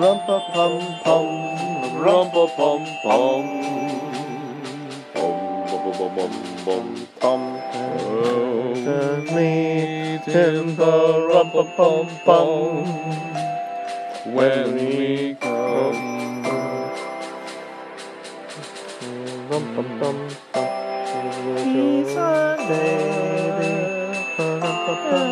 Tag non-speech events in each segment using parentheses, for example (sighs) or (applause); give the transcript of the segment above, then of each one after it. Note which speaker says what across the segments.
Speaker 1: pum pum, rumpa pum pum. Bum bum bum me timber rumpa pum pum. When we come, rumpa pum pum. He's a lady. Rumpa pum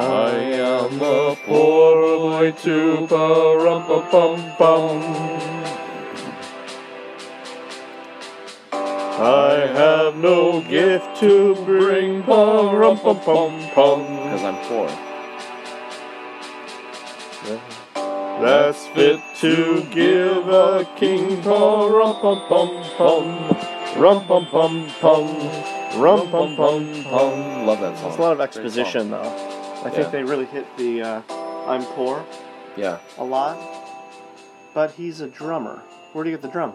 Speaker 1: I am a poor boy too, rum pum pum. I have no gift to bring, rum pum pum
Speaker 2: Because
Speaker 1: pum.
Speaker 2: I'm poor.
Speaker 1: That's fit to give a king, rum pum pum pum. Rum pum pum pum. Rum pum pum pum.
Speaker 2: Love that song.
Speaker 3: There's a lot of
Speaker 2: Great song.
Speaker 3: exposition, though. I
Speaker 2: Yeah.
Speaker 3: think they really hit the uh, I'm poor
Speaker 2: Yeah.
Speaker 3: a lot. But he's a drummer. Where do you get the drum?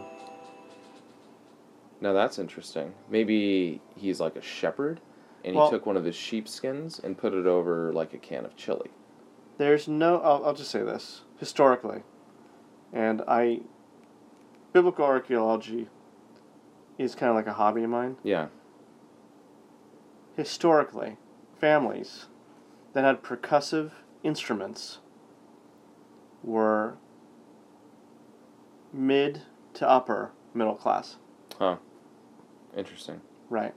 Speaker 2: Now that's interesting. Maybe he's like a shepherd, and
Speaker 3: Well-
Speaker 2: he took one of his sheepskins and put it over like a can of chili.
Speaker 3: There's no. I'll, I'll just say this historically, and I. Biblical archaeology is kind of like a hobby of mine.
Speaker 2: Yeah.
Speaker 3: Historically, families that had percussive instruments were mid to upper middle class.
Speaker 2: Huh. Interesting.
Speaker 3: Right.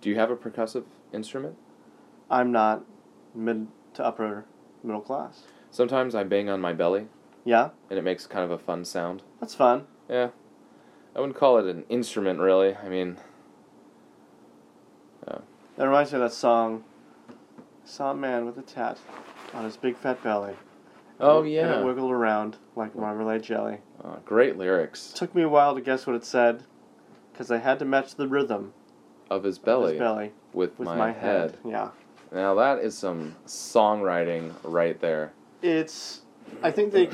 Speaker 2: Do you have a percussive instrument?
Speaker 3: I'm not mid to upper middle class.
Speaker 2: Sometimes I bang on my belly,
Speaker 3: Yeah,
Speaker 2: and it makes kind of a fun sound.
Speaker 3: that's fun.
Speaker 2: Yeah. I wouldn't call it an instrument, really. I mean,
Speaker 3: That reminds me of that song. Saw a man with a tat on his big fat belly.
Speaker 2: oh
Speaker 3: And it
Speaker 2: yeah,
Speaker 3: wiggled around like marmalade jelly.
Speaker 2: Uh, great lyrics
Speaker 3: Took me a while to guess what it said, because I had to match the rhythm
Speaker 2: of his
Speaker 3: of
Speaker 2: belly,
Speaker 3: his belly
Speaker 2: with,
Speaker 3: with
Speaker 2: my,
Speaker 3: my,
Speaker 2: head.
Speaker 3: Yeah.
Speaker 2: Now that is some songwriting right there.
Speaker 3: It's. I think they.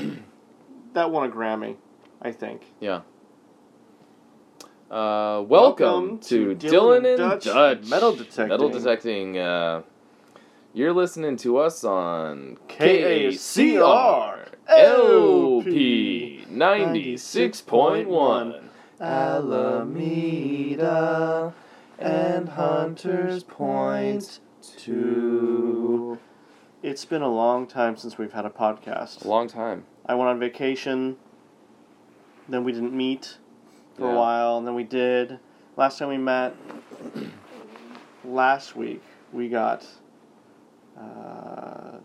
Speaker 3: (coughs) that won a Grammy, I think.
Speaker 2: Yeah. Uh, welcome, to, Dylan, and Dutch,
Speaker 3: Metal Detecting.
Speaker 2: Metal Detecting. Uh, you're listening to us on
Speaker 3: KACR
Speaker 2: LP 96.1.
Speaker 3: Alameda and Hunter's Point 2. It's been a long time since we've had a podcast.
Speaker 2: A long time.
Speaker 3: I went on vacation, then we didn't meet for
Speaker 2: Yeah.
Speaker 3: a while, and then we did. Last time
Speaker 2: (coughs)
Speaker 3: we met, last week, we got uh,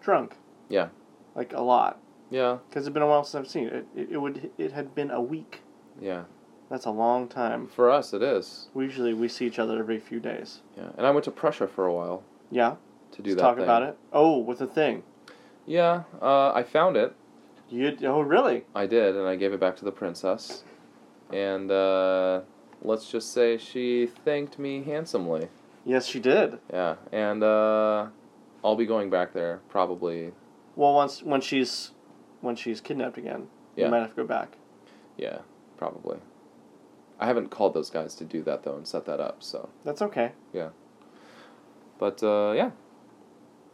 Speaker 3: drunk.
Speaker 2: Yeah.
Speaker 3: Like a lot.
Speaker 2: Yeah,
Speaker 3: Because it's been a while since I've seen it. It, it, would, it had been a week.
Speaker 2: yeah.
Speaker 3: That's a long time.
Speaker 2: For us, it is.
Speaker 3: We Usually we see each other every few days.
Speaker 2: Yeah, and I went to Prussia for a while
Speaker 3: Yeah?
Speaker 2: to do
Speaker 3: Let's
Speaker 2: that.
Speaker 3: talk
Speaker 2: thing.
Speaker 3: about it. Oh, with the thing.
Speaker 2: Yeah, uh, I found it.
Speaker 3: You, oh, really?
Speaker 2: I did, and I gave it back to the princess. And uh, let's just say she thanked me handsomely.
Speaker 3: Yes, she did.
Speaker 2: Yeah, and uh, I'll be going back there probably.
Speaker 3: Well, once when she's when she's kidnapped again,
Speaker 2: Yeah.
Speaker 3: you might have to go back.
Speaker 2: Yeah, probably. I haven't called those guys to do that though and set that up. So,
Speaker 3: That's okay.
Speaker 2: but uh, yeah,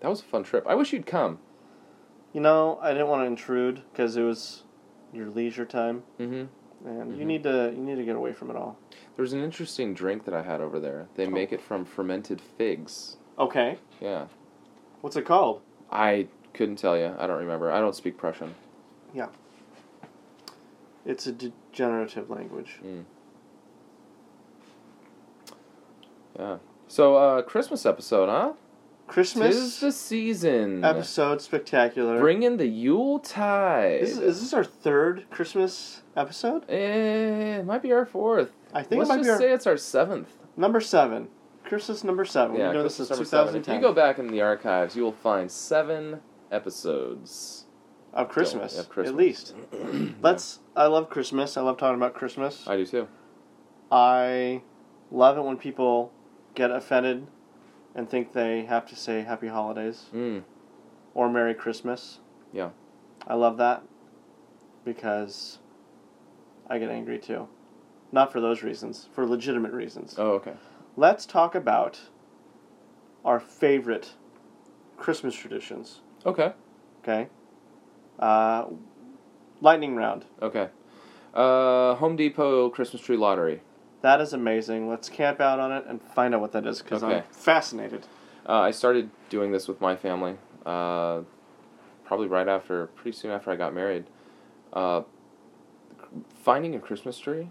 Speaker 2: that was a fun trip. I wish you'd come.
Speaker 3: You know, I didn't want to intrude because it was your leisure time,
Speaker 2: Mm-hmm.
Speaker 3: and you
Speaker 2: Mhm.
Speaker 3: need to you need to get away from it all.
Speaker 2: There's an interesting drink that I had over there.
Speaker 3: Oh.
Speaker 2: They make it from fermented figs.
Speaker 3: Okay.
Speaker 2: Yeah.
Speaker 3: What's it called?
Speaker 2: I couldn't tell you. I don't remember. I don't speak Prussian.
Speaker 3: It's a degenerative language.
Speaker 2: Yeah. So, uh, Christmas episode, huh?
Speaker 3: Christmas
Speaker 2: Tis the season.
Speaker 3: episode spectacular.
Speaker 2: Bring in the Yule tide.
Speaker 3: This is, is this our third Christmas episode?
Speaker 2: Eh, it might be our fourth.
Speaker 3: I think
Speaker 2: Let's
Speaker 3: it might
Speaker 2: just
Speaker 3: be our
Speaker 2: say it's our seventh.
Speaker 3: number seven. Christmas number seven. We've been doing this
Speaker 2: Christmas
Speaker 3: since
Speaker 2: number seven. If
Speaker 3: 2010.
Speaker 2: you go back in the archives, you will find seven
Speaker 3: (clears throat)
Speaker 2: episodes.
Speaker 3: of Christmas,
Speaker 2: Yeah, Christmas. Mm-hmm.
Speaker 3: at least. Let's. I love Christmas. I love talking about Christmas.
Speaker 2: I do too.
Speaker 3: I love it when people get offended and think they have to say Happy Holidays
Speaker 2: Mm.
Speaker 3: or Merry Christmas.
Speaker 2: Yeah.
Speaker 3: I love that because I get angry too. Not for those reasons, for legitimate reasons.
Speaker 2: Oh, okay.
Speaker 3: Let's talk about our favorite Christmas traditions.
Speaker 2: Okay.
Speaker 3: Okay. Uh, lightning round.
Speaker 2: Okay. Uh, Home Depot Christmas tree lottery.
Speaker 3: That is amazing. Let's camp out on it and find out what that is because I'm
Speaker 2: Okay.
Speaker 3: fascinated.
Speaker 2: Uh, I started doing this with my family, uh, probably right after, pretty soon after I got married. Uh, finding a Christmas tree,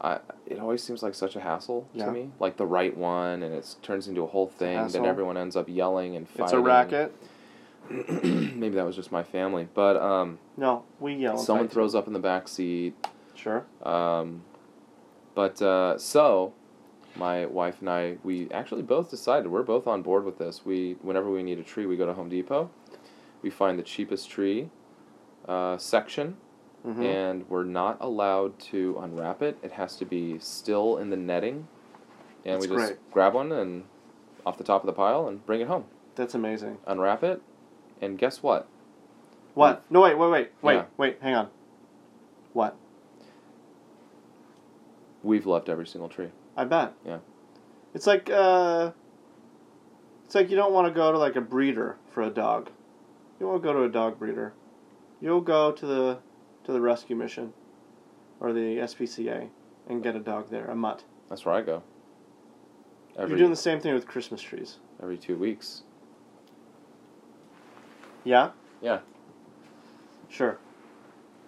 Speaker 2: I it always seems like such a hassle
Speaker 3: Yeah.
Speaker 2: to me. Like the right one, and it turns into a whole thing.
Speaker 3: hassle.
Speaker 2: then everyone ends up yelling and fighting.
Speaker 3: It's a racket.
Speaker 2: (clears throat) Maybe that was just my family, but um,
Speaker 3: No, we yell. and
Speaker 2: someone
Speaker 3: fight.
Speaker 2: throws up in the back seat.
Speaker 3: Sure.
Speaker 2: Um, but uh, so, my wife and I, we actually both decided we're both on board with this. We whenever we need a tree, we go to Home Depot, we find the cheapest tree uh, section,
Speaker 3: hmm
Speaker 2: and we're not allowed to unwrap it. It has to be still in the netting, and
Speaker 3: That's
Speaker 2: we just
Speaker 3: great.
Speaker 2: grab one and off the top of the pile and bring it home,
Speaker 3: That's amazing.
Speaker 2: unwrap it, and guess what?
Speaker 3: What? No, wait, wait, wait, wait,
Speaker 2: Yeah.
Speaker 3: wait. Hang on. What?
Speaker 2: We've left every single tree.
Speaker 3: I bet.
Speaker 2: Yeah.
Speaker 3: It's like uh, it's like you don't want to go to like a breeder for a dog. You won't go to a dog breeder. You'll go to the to the rescue mission, or the SPCA, and get a dog there, a mutt.
Speaker 2: That's where I go. Every
Speaker 3: You're doing the same thing with Christmas trees.
Speaker 2: every two weeks.
Speaker 3: Yeah.
Speaker 2: Yeah.
Speaker 3: Sure.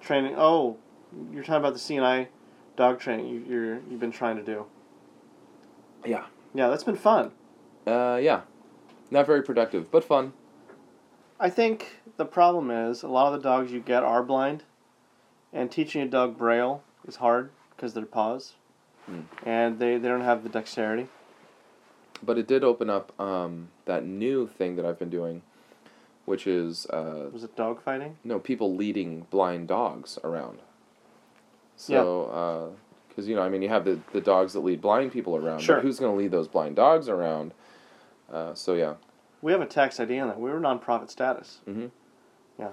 Speaker 3: Training. Oh, you're talking about the CNI dog training you, you're you've been trying to do.
Speaker 2: Yeah.
Speaker 3: Yeah, that's been fun.
Speaker 2: Uh, yeah. Not very productive, but fun.
Speaker 3: I think the problem is a lot of the dogs you get are blind, and teaching a dog braille is hard because their paws,
Speaker 2: Hmm.
Speaker 3: and they, they don't have the dexterity.
Speaker 2: But it did open up um, that new thing that I've been doing, which is uh,
Speaker 3: Was it dog fighting?
Speaker 2: no people leading blind dogs around. So, because you know, I mean, you have the, the dogs that lead blind people around.
Speaker 3: Sure.
Speaker 2: But who's going to lead those blind dogs around? Uh, so yeah,
Speaker 3: We have a tax ID on that. We were nonprofit status.
Speaker 2: Mhm.
Speaker 3: Yeah.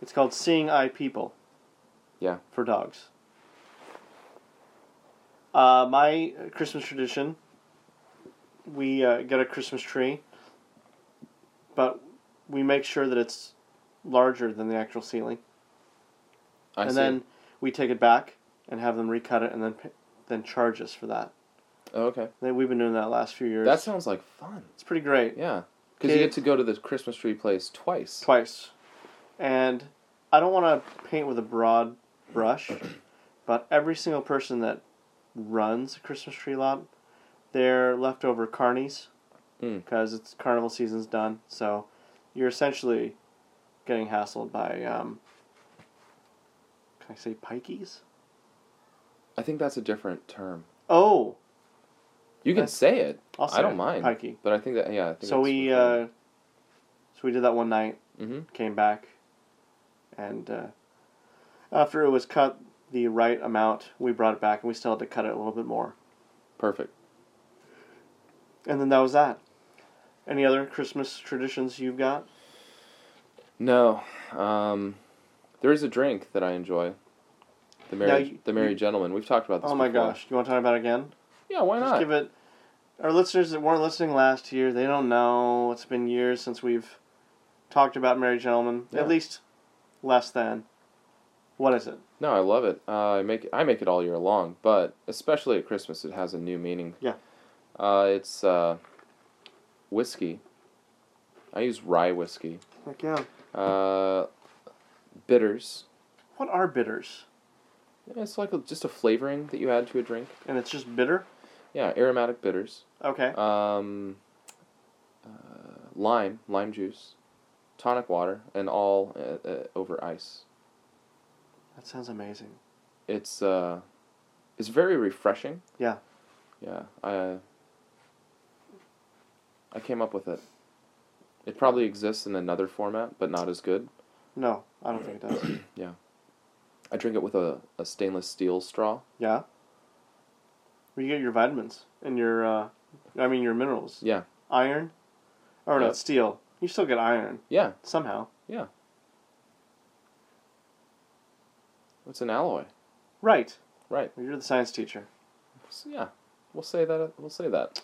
Speaker 3: It's called Seeing Eye People.
Speaker 2: Yeah.
Speaker 3: For dogs. Uh, my Christmas tradition, we uh, get a Christmas tree, but we make sure that it's larger than the actual ceiling.
Speaker 2: I
Speaker 3: and
Speaker 2: see.
Speaker 3: then we take it back and have them recut it and then p- then charge us for that.
Speaker 2: oh, okay,
Speaker 3: Then We've been doing that last few years.
Speaker 2: that sounds like fun.
Speaker 3: it's pretty great.
Speaker 2: Yeah, because you
Speaker 3: Kid-
Speaker 2: get to go to the Christmas tree place twice.
Speaker 3: twice. And I don't want to paint with a broad brush, but every single person that runs a Christmas tree lot, they're leftover carnies
Speaker 2: Mm.
Speaker 3: because it's carnival season's done. So you're essentially getting hassled by um, can I say pikeys?
Speaker 2: I think that's a different term.
Speaker 3: Oh,
Speaker 2: You can
Speaker 3: That's-
Speaker 2: say it,
Speaker 3: I'll say
Speaker 2: I don't
Speaker 3: it,
Speaker 2: mind.
Speaker 3: pikey.
Speaker 2: but I think that yeah. I think
Speaker 3: So we uh, so we did that one night.
Speaker 2: hmm
Speaker 3: came back, and uh, after it was cut the right amount, we brought it back, and we still had to cut it a little bit more.
Speaker 2: Perfect.
Speaker 3: And then that was that. Any other Christmas traditions you've got?
Speaker 2: No, um, there is a drink that I enjoy. The
Speaker 3: Now,
Speaker 2: married,
Speaker 3: you-
Speaker 2: the married gentleman. We've talked about this.
Speaker 3: oh my
Speaker 2: before.
Speaker 3: gosh, you want to talk about it again?
Speaker 2: Yeah, why
Speaker 3: Just
Speaker 2: not?
Speaker 3: give it. Our listeners that weren't listening last year, they don't know. It's been years since we've talked about Married Gentlemen.
Speaker 2: Yeah.
Speaker 3: At least less than. What is it?
Speaker 2: No, I love it. Uh, I make I make it all year long, but especially at Christmas, it has a new meaning.
Speaker 3: Yeah.
Speaker 2: Uh, it's uh, whiskey. I use rye whiskey.
Speaker 3: Heck yeah.
Speaker 2: Uh, bitters.
Speaker 3: What are bitters?
Speaker 2: It's like a, just a flavoring that you add to a drink.
Speaker 3: And it's just bitter?
Speaker 2: Yeah, aromatic bitters.
Speaker 3: Okay.
Speaker 2: um, uh, lime, lime juice, tonic water, and all uh, uh, over ice.
Speaker 3: That sounds amazing.
Speaker 2: It's uh, it's very refreshing.
Speaker 3: Yeah.
Speaker 2: Yeah. I I came up with it. It probably exists in another format, but not as good.
Speaker 3: No, I don't think it does.
Speaker 2: I drink it with a, a stainless steel straw.
Speaker 3: Yeah. Where you get your vitamins and your, uh, I mean your minerals.
Speaker 2: Yeah.
Speaker 3: Iron, or
Speaker 2: Yeah.
Speaker 3: no steel. You still get iron
Speaker 2: Yeah,
Speaker 3: somehow.
Speaker 2: it's an alloy.
Speaker 3: Right.
Speaker 2: Right.
Speaker 3: You're the science teacher.
Speaker 2: So, yeah, we'll say that. We'll say that.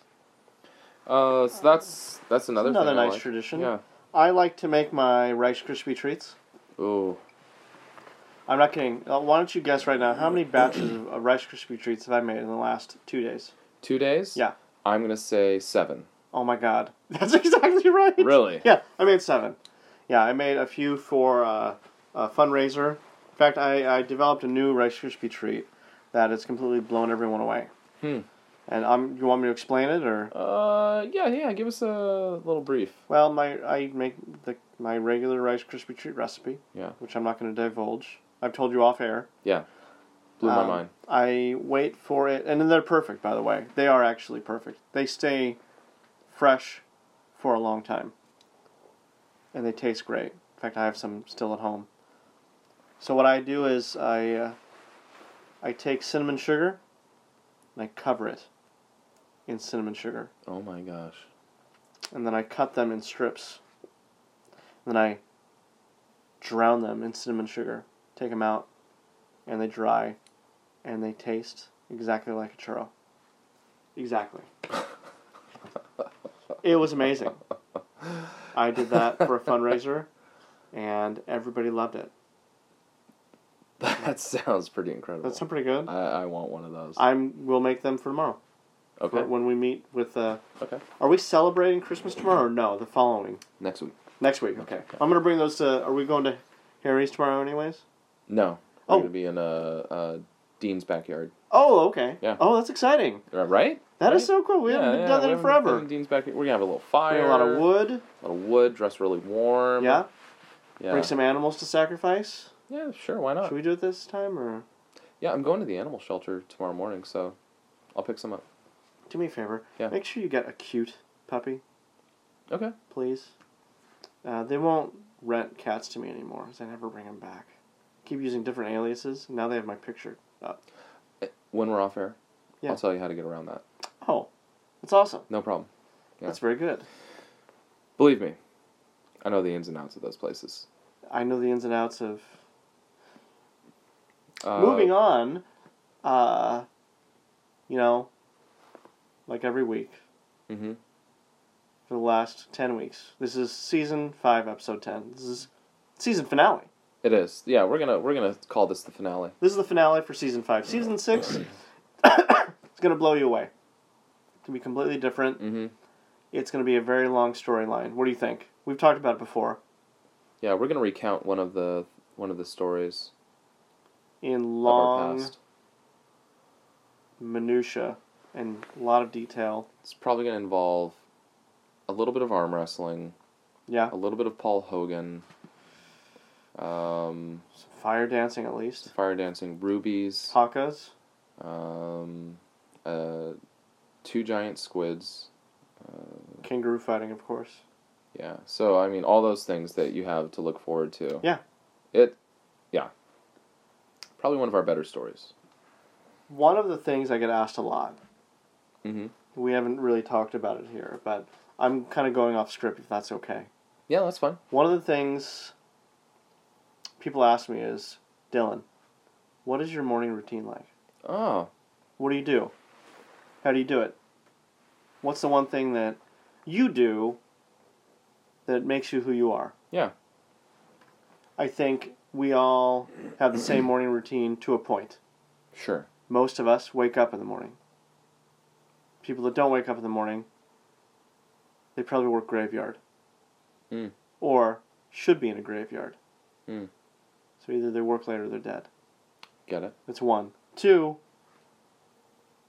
Speaker 2: Uh, so that's that's another
Speaker 3: Another
Speaker 2: thing I
Speaker 3: nice
Speaker 2: like.
Speaker 3: tradition.
Speaker 2: Yeah.
Speaker 3: I like to make my Rice Krispie treats.
Speaker 2: Oh,
Speaker 3: I'm not kidding. Uh, Why don't you guess right now how many batches of of Rice Krispie treats have I made in the last two days?
Speaker 2: two days.
Speaker 3: Yeah.
Speaker 2: I'm gonna say seven.
Speaker 3: Oh my god, (laughs) that's exactly right.
Speaker 2: Really?
Speaker 3: Yeah, I made seven. Yeah, I made a few for uh, a fundraiser. In fact, I, I developed a new Rice Krispie treat that has completely blown everyone away.
Speaker 2: Hmm.
Speaker 3: And um, you want me to explain it or?
Speaker 2: Uh, yeah, yeah. Give us a little brief.
Speaker 3: Well, my I make the my regular Rice Krispie treat recipe.
Speaker 2: Yeah.
Speaker 3: Which I'm not going to divulge. I've told you off air.
Speaker 2: Blew my
Speaker 3: Um,
Speaker 2: mind.
Speaker 3: I wait for it, and then they're perfect. By the way, they are actually perfect. They stay fresh for a long time, and they taste great. In fact, I have some still at home. So what I do is I uh, I take cinnamon sugar, and I cover it in cinnamon sugar,
Speaker 2: Oh my gosh. (laughs)
Speaker 3: and then I cut them in strips. And then I drown them in cinnamon sugar, take them out, and they dry, and they taste exactly like a churro. Exactly. it was amazing. I did that for a fundraiser, and everybody loved it.
Speaker 2: That sounds pretty incredible.
Speaker 3: That's pretty good.
Speaker 2: I, I want one of those.
Speaker 3: I'm. We'll make them for tomorrow.
Speaker 2: okay.
Speaker 3: For when we meet with. Uh,
Speaker 2: Okay.
Speaker 3: Are we celebrating Christmas tomorrow? or No, the following.
Speaker 2: Next week.
Speaker 3: Next week, okay. I'm gonna bring those to. Are we going to Harry's tomorrow, anyways?
Speaker 2: No.
Speaker 3: Oh.
Speaker 2: We're gonna be in uh, uh, Dean's backyard.
Speaker 3: Oh, okay.
Speaker 2: Yeah.
Speaker 3: Oh, that's exciting.
Speaker 2: Uh, Right?
Speaker 3: That is
Speaker 2: Right?
Speaker 3: so cool. We haven't done that
Speaker 2: we
Speaker 3: in
Speaker 2: haven't
Speaker 3: forever.
Speaker 2: been in Dean's backyard. We're gonna have a little
Speaker 3: Bring
Speaker 2: fire.
Speaker 3: a lot of wood.
Speaker 2: A lot of wood. Dress really warm.
Speaker 3: Yeah.
Speaker 2: Yeah.
Speaker 3: Bring some animals to sacrifice.
Speaker 2: yeah. Sure. Why not?
Speaker 3: Should we do it this time, or
Speaker 2: Yeah. I'm going to the animal shelter tomorrow morning, so I'll pick some up.
Speaker 3: do me a favor?
Speaker 2: Yeah.
Speaker 3: Make sure you get a cute puppy,
Speaker 2: Okay.
Speaker 3: please. Uh, they won't rent cats to me anymore, because I never bring them back. Keep using different aliases. Now they have my picture. up.
Speaker 2: When we're off air,
Speaker 3: Yeah.
Speaker 2: I'll tell you how to get around that.
Speaker 3: oh, that's awesome.
Speaker 2: No problem. Yeah.
Speaker 3: That's very good.
Speaker 2: Believe me, I know the ins and outs of those places.
Speaker 3: I know the ins and outs of
Speaker 2: Uh,
Speaker 3: Moving on, uh, you know, like every week
Speaker 2: hmm
Speaker 3: for the last 10 weeks, this is season 5, episode 10. This is season finale.
Speaker 2: It is. Yeah, we're gonna we're gonna call this the finale.
Speaker 3: This is the finale for season 5. Season 6, it's going to blow you away. (coughs) It's going to be completely different.
Speaker 2: Mm-hmm.
Speaker 3: It's going to be a very long storyline. What do you think? We've talked about it before.
Speaker 2: Yeah, we're gonna recount one of the one of the stories
Speaker 3: In
Speaker 2: of our
Speaker 3: long
Speaker 2: past.
Speaker 3: minutia and a lot of detail.
Speaker 2: It's probably gonna involve a little bit of arm wrestling,
Speaker 3: Yeah,
Speaker 2: a little bit of Paul Hogan, um,
Speaker 3: some fire dancing at least.
Speaker 2: fire dancing, rubies,
Speaker 3: Hakas.
Speaker 2: um, uh, two giant squids. Uh,
Speaker 3: Kangaroo fighting, of course.
Speaker 2: yeah. So I mean, all those things that you have to look forward to.
Speaker 3: Yeah.
Speaker 2: It. Yeah. Probably one of our better stories.
Speaker 3: One of the things I get asked a lot,
Speaker 2: Mm-hmm.
Speaker 3: we haven't really talked about it here, but I'm kind of going off script if that's okay.
Speaker 2: Yeah, that's fine.
Speaker 3: One of the things people ask me is Dylan, what is your morning routine like?
Speaker 2: Oh,
Speaker 3: What do you do? How do you do it? What's the one thing that you do that makes you who you are?
Speaker 2: Yeah.
Speaker 3: I think we all have the same morning routine to a point.
Speaker 2: sure.
Speaker 3: most of us wake up in the morning. People that don't wake up in the morning, they probably work graveyard.
Speaker 2: Mm.
Speaker 3: Or should be in a graveyard.
Speaker 2: Mm.
Speaker 3: So either they work late or they're dead.
Speaker 2: Get it.
Speaker 3: That's one. Two,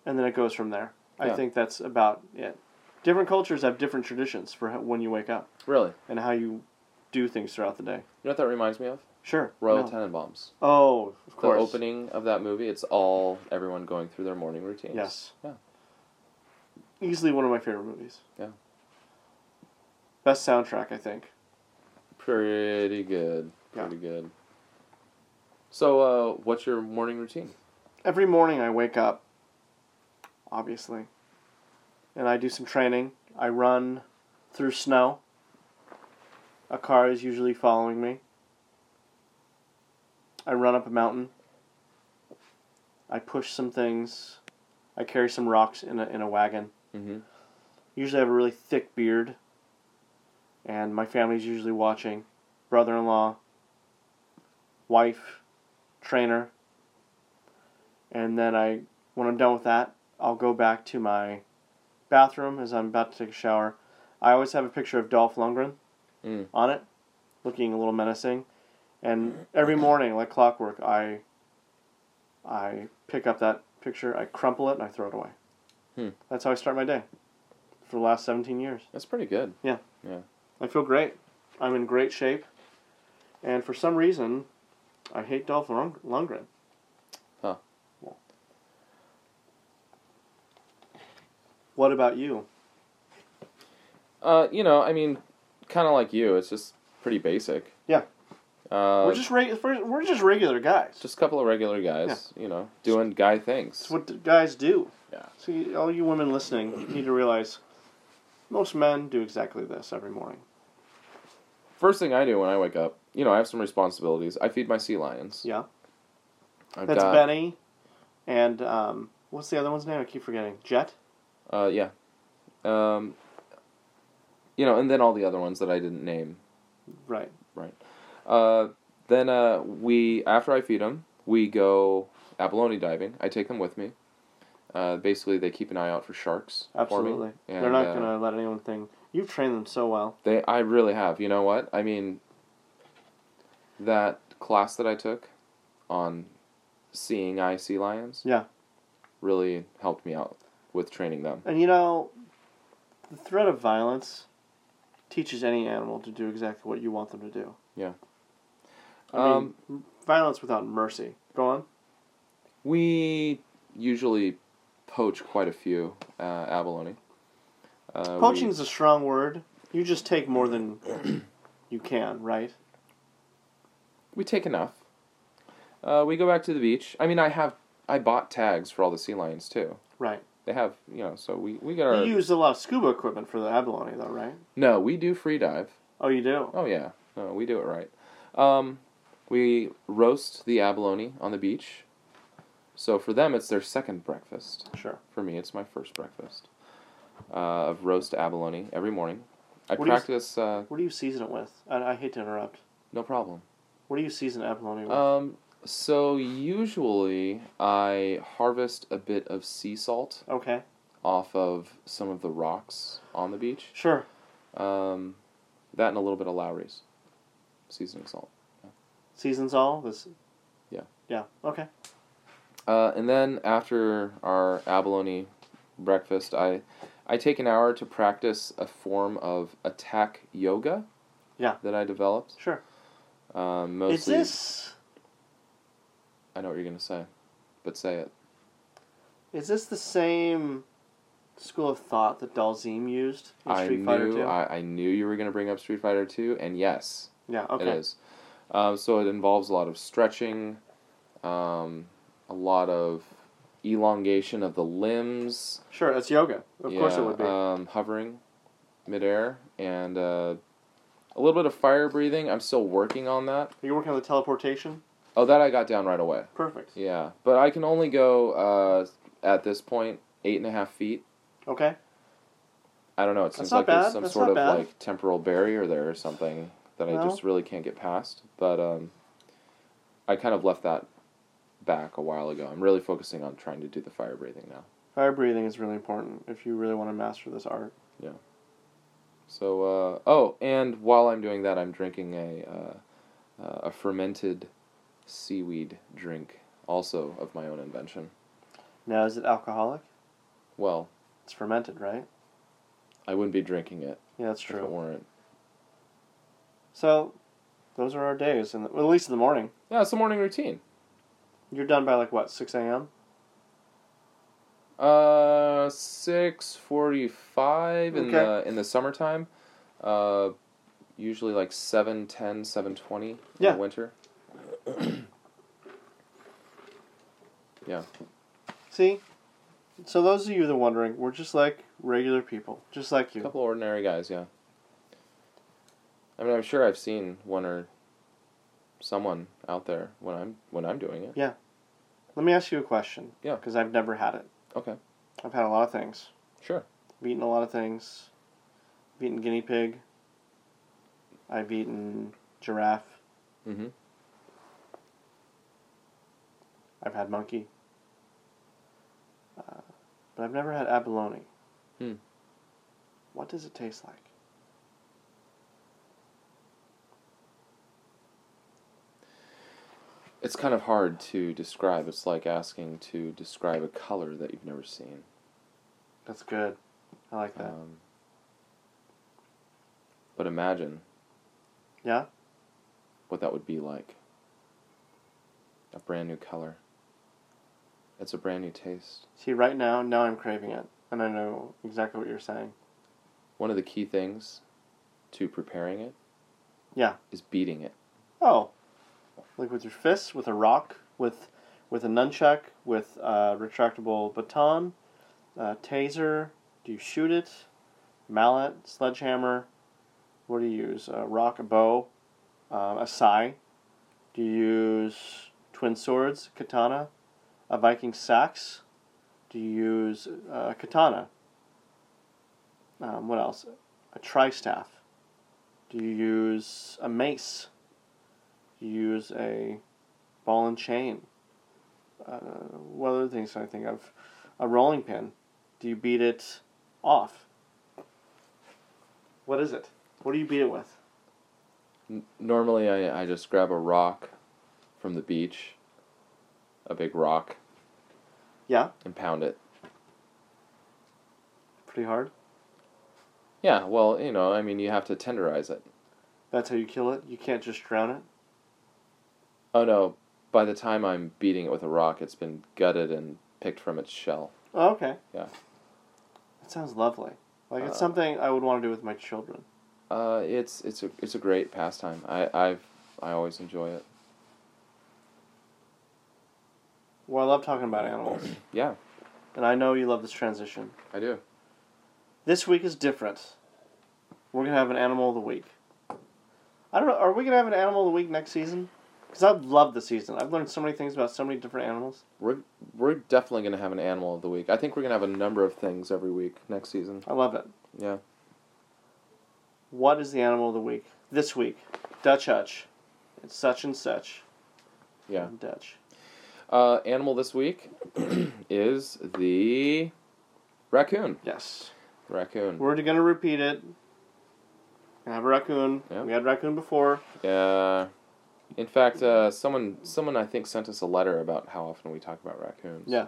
Speaker 3: and then it goes from there. I
Speaker 2: Yeah.
Speaker 3: think that's about it. Different cultures have different traditions for how, when you wake up
Speaker 2: Really.
Speaker 3: and how you do things throughout the day.
Speaker 2: You know what that reminds me of?
Speaker 3: Sure.
Speaker 2: Royal
Speaker 3: no.
Speaker 2: Tenenbaums.
Speaker 3: Oh, of
Speaker 2: The
Speaker 3: course.
Speaker 2: opening of that movie, it's all everyone going through their morning routines.
Speaker 3: Yes.
Speaker 2: Yeah.
Speaker 3: Easily one of my favorite movies.
Speaker 2: Yeah.
Speaker 3: Best soundtrack, I think.
Speaker 2: Pretty good.
Speaker 3: Yeah.
Speaker 2: Pretty good. So, uh, what's your morning routine?
Speaker 3: Every morning I wake up, obviously, and I do some training. I run through snow. A car is usually following me. I run up a mountain. I push some things. I carry some rocks in a, in a wagon.
Speaker 2: Mm-hmm.
Speaker 3: usually have a really thick beard, and my family's usually watching. Brother in law, wife, trainer. And then I, when I'm done with that, I'll go back to my bathroom as I'm about to take a shower. I always have a picture of Dolph Lundgren
Speaker 2: Mm.
Speaker 3: on it, looking a little menacing. And every morning, like clockwork, I, I pick up that picture, I crumple it, and I throw it away.
Speaker 2: Hmm.
Speaker 3: That's how I start my day for the last 17 years.
Speaker 2: That's pretty good.
Speaker 3: I feel great. I'm in great shape. And for some reason, I hate Dolph Lund- Lundgren.
Speaker 2: Huh.
Speaker 3: Yeah. What about you?
Speaker 2: Uh, you know, I mean, kind of like you. It's just pretty basic.
Speaker 3: Yeah.
Speaker 2: Uh,
Speaker 3: we're
Speaker 2: just
Speaker 3: just reg- we're we're just regular guys.
Speaker 2: a couple of regular guys, you know, doing guy things.
Speaker 3: That's what the guys do.
Speaker 2: Yeah.
Speaker 3: See, all you women listening need to realize most men do exactly this every morning.
Speaker 2: First thing I do when I wake up, you know, I have some responsibilities. I feed my sea lions.
Speaker 3: Yeah.
Speaker 2: I've
Speaker 3: That's
Speaker 2: got,
Speaker 3: Benny and um, what's the other one's name? I keep forgetting. Jet?
Speaker 2: Uh, yeah. Um, you know, and then all the other ones that I didn't name.
Speaker 3: Right.
Speaker 2: Uh, then uh, we after I feed them, we go abalone diving. I take them with me. Uh, basically, they keep an eye out for sharks. for me.
Speaker 3: Absolutely.
Speaker 2: And,
Speaker 3: They're not
Speaker 2: uh,
Speaker 3: gonna let anyone think you've trained them so well.
Speaker 2: They, I really have. You know what? I mean, that class that I took on seeing eye sea lions.
Speaker 3: Yeah.
Speaker 2: Really helped me out with training them.
Speaker 3: And you know, the threat of violence teaches any animal to do exactly what you want them to do.
Speaker 2: Yeah. Um,
Speaker 3: I mean, violence without mercy. Go
Speaker 2: uh,
Speaker 3: on.
Speaker 2: We usually poach quite a few uh, abalone. Uh, we-
Speaker 3: Poaching's a strong word. You just take more than (clears throat) you can, right?
Speaker 2: we take enough. Uh, we go back to the beach. I mean, I have I bought tags for all the sea lions too.
Speaker 3: Right.
Speaker 2: They have you know, so we we got our
Speaker 3: You use a lot of scuba equipment for the abalone, though, right?
Speaker 2: no. We do free dive.
Speaker 3: Oh, you do.
Speaker 2: Oh yeah, no, we do it right. Um, we roast the abalone on the beach. So for them, it's their second breakfast.
Speaker 3: Sure.
Speaker 2: For me, it's my first breakfast uh, of roast abalone every morning. I
Speaker 3: What do you s-
Speaker 2: practice. Uh,
Speaker 3: What do you season it with? I, I hate to interrupt.
Speaker 2: no problem.
Speaker 3: What do you season abalone with?
Speaker 2: Um, so usually I harvest a bit of sea salt
Speaker 3: okay.
Speaker 2: off of some of the rocks on the beach.
Speaker 3: Sure.
Speaker 2: Um, that and a little bit of Lowry's seasoning salt.
Speaker 3: Seasons all this.
Speaker 2: Yeah.
Speaker 3: Yeah. Okay.
Speaker 2: Uh, and then after our abalone breakfast, I I take an hour to practice a form of attack yoga.
Speaker 3: Yeah.
Speaker 2: That I developed.
Speaker 3: Sure.
Speaker 2: Um, mostly.
Speaker 3: Is this
Speaker 2: I know what you're gonna say, but say it.
Speaker 3: Is this the same school of thought that Dalzim used in
Speaker 2: I
Speaker 3: Street Fighter
Speaker 2: knew
Speaker 3: Two?
Speaker 2: I, I knew you were gonna bring up Street Fighter Two, and yes,
Speaker 3: Yeah. Okay.
Speaker 2: It is. Um, so it involves a lot of stretching, um, a lot of elongation of the limbs.
Speaker 3: Sure. It's yoga. Of course it
Speaker 2: Yeah,
Speaker 3: would be.
Speaker 2: Um, hovering midair and uh, a little bit of fire breathing. I'm still working on that.
Speaker 3: You're working on the teleportation.
Speaker 2: Oh, that I got down right away.
Speaker 3: Perfect.
Speaker 2: Yeah. But I can only go, uh, at this point, eight and a half feet.
Speaker 3: Okay.
Speaker 2: I don't know. It seems
Speaker 3: not
Speaker 2: like there's
Speaker 3: bad.
Speaker 2: some
Speaker 3: That's
Speaker 2: sort
Speaker 3: not
Speaker 2: of
Speaker 3: bad.
Speaker 2: like temporal barrier there or something that I
Speaker 3: No.
Speaker 2: just really can't get past. But um, I kind of left that back a while ago. I'm really focusing on trying to do the fire breathing now.
Speaker 3: Fire breathing is really important if you really want to master this art.
Speaker 2: So uh, oh, and while I'm doing that, I'm drinking a uh, uh, a fermented seaweed drink, also of my own invention.
Speaker 3: Now, is it alcoholic?
Speaker 2: Well,
Speaker 3: It's fermented, right?
Speaker 2: I wouldn't be drinking it
Speaker 3: Yeah, that's
Speaker 2: if it
Speaker 3: true.
Speaker 2: weren't.
Speaker 3: So, those are our days, and well, at least in the morning.
Speaker 2: Yeah, it's a morning routine.
Speaker 3: You're done by like what, six a.m.
Speaker 2: Uh, six forty-five in
Speaker 3: Okay.
Speaker 2: the in the summertime. Uh, usually like seven ten, seven twenty in
Speaker 3: Yeah.
Speaker 2: the winter.
Speaker 3: See. So those of you that are wondering, we're just like regular people, just like
Speaker 2: A
Speaker 3: you.
Speaker 2: couple ordinary guys, yeah. I mean, I'm sure I've seen one or someone out there when I'm when I'm doing it.
Speaker 3: Let me ask you a question.
Speaker 2: Yeah.
Speaker 3: Because I've never had it.
Speaker 2: Okay,
Speaker 3: I've had a lot of things.
Speaker 2: sure.
Speaker 3: I've eaten a lot of things. I've eaten guinea pig. I've eaten giraffe.
Speaker 2: Mm-hmm.
Speaker 3: I've had monkey. Uh, but I've never had abalone.
Speaker 2: Hmm.
Speaker 3: What does it taste like?
Speaker 2: It's kind of hard to describe. It's like asking to describe a color that you've never seen.
Speaker 3: That's good. I like that.
Speaker 2: Um, but imagine
Speaker 3: yeah?
Speaker 2: what that would be like. A brand new color. It's a brand new taste.
Speaker 3: See, right now, now I'm craving it. And I know exactly what you're saying.
Speaker 2: One of the key things to preparing it
Speaker 3: Yeah.
Speaker 2: is beating it.
Speaker 3: Oh. Like with your fists, with a rock, with with a nunchuck, with a retractable baton, uh, taser. Do you shoot it? Mallet, sledgehammer. What do you use? A rock, a bow, uh, a sai. Do you use twin swords, katana, a Viking sax? Do you use uh, katana? Um, what else? A tristaff. Do you use a mace? you use a ball and chain. Uh, what other things can I think of? A rolling pin. Do you beat it off? What is it? What do you beat it with?
Speaker 2: N- normally, I, I just grab a rock from the beach, a big rock,
Speaker 3: Yeah,
Speaker 2: and pound it.
Speaker 3: pretty hard.
Speaker 2: Yeah, well, you know, I mean, you have to tenderize it.
Speaker 3: That's how you kill it. You can't just drown it.
Speaker 2: Oh no, by the time I'm beating it with a rock, it's been gutted and picked from its shell.
Speaker 3: Oh, okay.
Speaker 2: Yeah.
Speaker 3: That sounds lovely. Like it's
Speaker 2: Uh,
Speaker 3: something I would want to do with my children.
Speaker 2: Uh, it's it's a it's a great pastime. I I've I always enjoy it.
Speaker 3: Well, I love talking about animals,
Speaker 2: Yeah,
Speaker 3: and I know you love this transition.
Speaker 2: I do.
Speaker 3: This week is different. We're gonna have an animal of the week. I don't know. Are we gonna have an animal of the week next season? Because I've loved the season. I've learned so many things about so many different animals.
Speaker 2: We're we're definitely gonna have an animal of the week. I think we're gonna have a number of things every week next season.
Speaker 3: I love it.
Speaker 2: Yeah.
Speaker 3: What is the animal of the week this week? Dutch Hutch. It's such and such.
Speaker 2: Yeah.
Speaker 3: Dutch.
Speaker 2: Uh, animal this week (clears throat) is the raccoon.
Speaker 3: Yes.
Speaker 2: Raccoon.
Speaker 3: We're gonna repeat it. I have a raccoon.
Speaker 2: Yeah.
Speaker 3: We had raccoon before.
Speaker 2: Uh, in fact, uh, someone someone I think sent us a letter about how often we talk about raccoons.
Speaker 3: Yeah.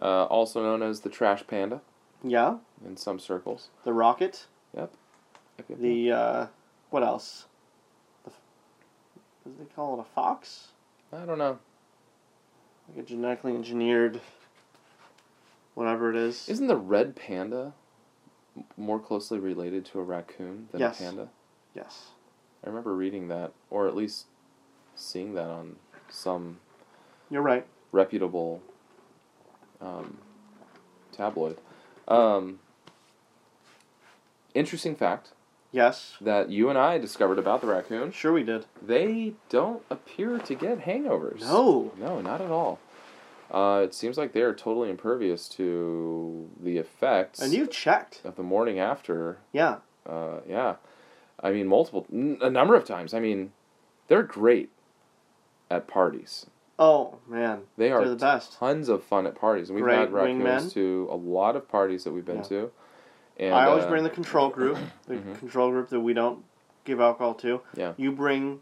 Speaker 2: Uh, also known as the trash panda
Speaker 3: Yeah.
Speaker 2: in some circles.
Speaker 3: The rocket.
Speaker 2: Yep. Yep, yep, yep.
Speaker 3: The uh, what else? The, f- what do they call it a fox?
Speaker 2: I don't know.
Speaker 3: like a genetically engineered whatever it is.
Speaker 2: Isn't the red panda m- more closely related to a raccoon than
Speaker 3: Yes.
Speaker 2: a panda?
Speaker 3: yes.
Speaker 2: I remember reading that, or at least seeing that on some
Speaker 3: You're right.
Speaker 2: reputable um, tabloid. Um, interesting fact
Speaker 3: Yes.
Speaker 2: that you and I discovered about the raccoon:
Speaker 3: Sure we did.
Speaker 2: they don't appear to get hangovers.
Speaker 3: No.
Speaker 2: No, not at all. Uh, it seems like they are totally impervious to the effects
Speaker 3: And you checked.
Speaker 2: of the morning after.
Speaker 3: Yeah.
Speaker 2: Uh, yeah, I mean, multiple, n- a number of times. I mean, they're great at parties.
Speaker 3: Oh man.
Speaker 2: They
Speaker 3: They're
Speaker 2: are
Speaker 3: the best.
Speaker 2: tons of fun at parties. And we've
Speaker 3: Great
Speaker 2: had raccoons
Speaker 3: wingmen.
Speaker 2: to a lot of parties that we've been
Speaker 3: Yeah.
Speaker 2: to. And
Speaker 3: I always
Speaker 2: uh,
Speaker 3: bring the control
Speaker 2: (clears throat)
Speaker 3: group. The
Speaker 2: Mhm.
Speaker 3: control group that we don't give alcohol to.
Speaker 2: Yeah.
Speaker 3: You bring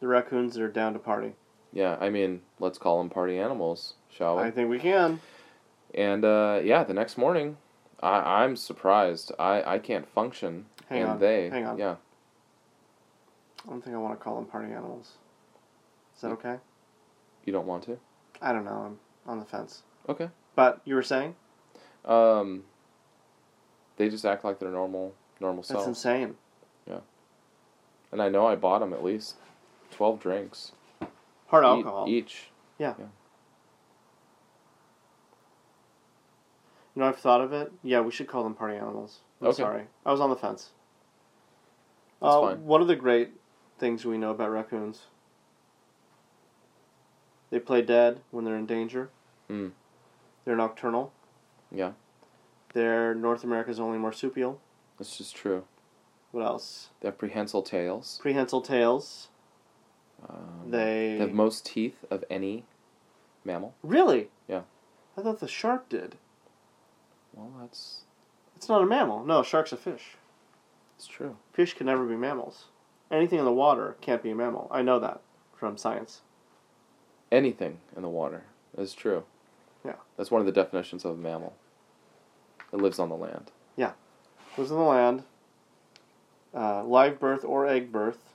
Speaker 3: the raccoons that are down to party.
Speaker 2: yeah. I mean, let's call them party animals, shall we?
Speaker 3: I think we can.
Speaker 2: and uh, yeah, the next morning, I, I'm surprised. I, I can't function.
Speaker 3: Hang
Speaker 2: and
Speaker 3: on.
Speaker 2: they,
Speaker 3: Hang on.
Speaker 2: yeah,
Speaker 3: I don't think I want to call them party animals. Is that okay?
Speaker 2: you don't want to.
Speaker 3: I don't know. I'm on the fence.
Speaker 2: Okay.
Speaker 3: But you were saying
Speaker 2: Um, they just act like their normal normal
Speaker 3: that's
Speaker 2: selves.
Speaker 3: insane.
Speaker 2: and I know I bought them at least twelve drinks
Speaker 3: Hard
Speaker 2: ea-
Speaker 3: alcohol.
Speaker 2: each.
Speaker 3: You know, I've thought of it. Yeah, we should call them party animals. I'm
Speaker 2: Okay.
Speaker 3: sorry. I was on the fence.
Speaker 2: That's
Speaker 3: uh,
Speaker 2: fine.
Speaker 3: One of the great things we know about raccoons they play dead when they're in danger,
Speaker 2: Mm.
Speaker 3: they're nocturnal.
Speaker 2: Yeah.
Speaker 3: They're North America's only marsupial.
Speaker 2: This is true.
Speaker 3: What else?
Speaker 2: They have prehensile tails.
Speaker 3: Prehensile tails.
Speaker 2: Um,
Speaker 3: They
Speaker 2: They have most teeth of any mammal.
Speaker 3: really.
Speaker 2: Yeah.
Speaker 3: I thought the shark did.
Speaker 2: Well, that's
Speaker 3: It's not a mammal. No, shark's a fish.
Speaker 2: it's true.
Speaker 3: Fish can never be mammals. Anything in the water can't be a mammal. I know that from science.
Speaker 2: Anything in the water is true.
Speaker 3: Yeah.
Speaker 2: That's one of the definitions of a mammal. It lives on the land.
Speaker 3: Lives on the land. Uh, live birth or egg birth,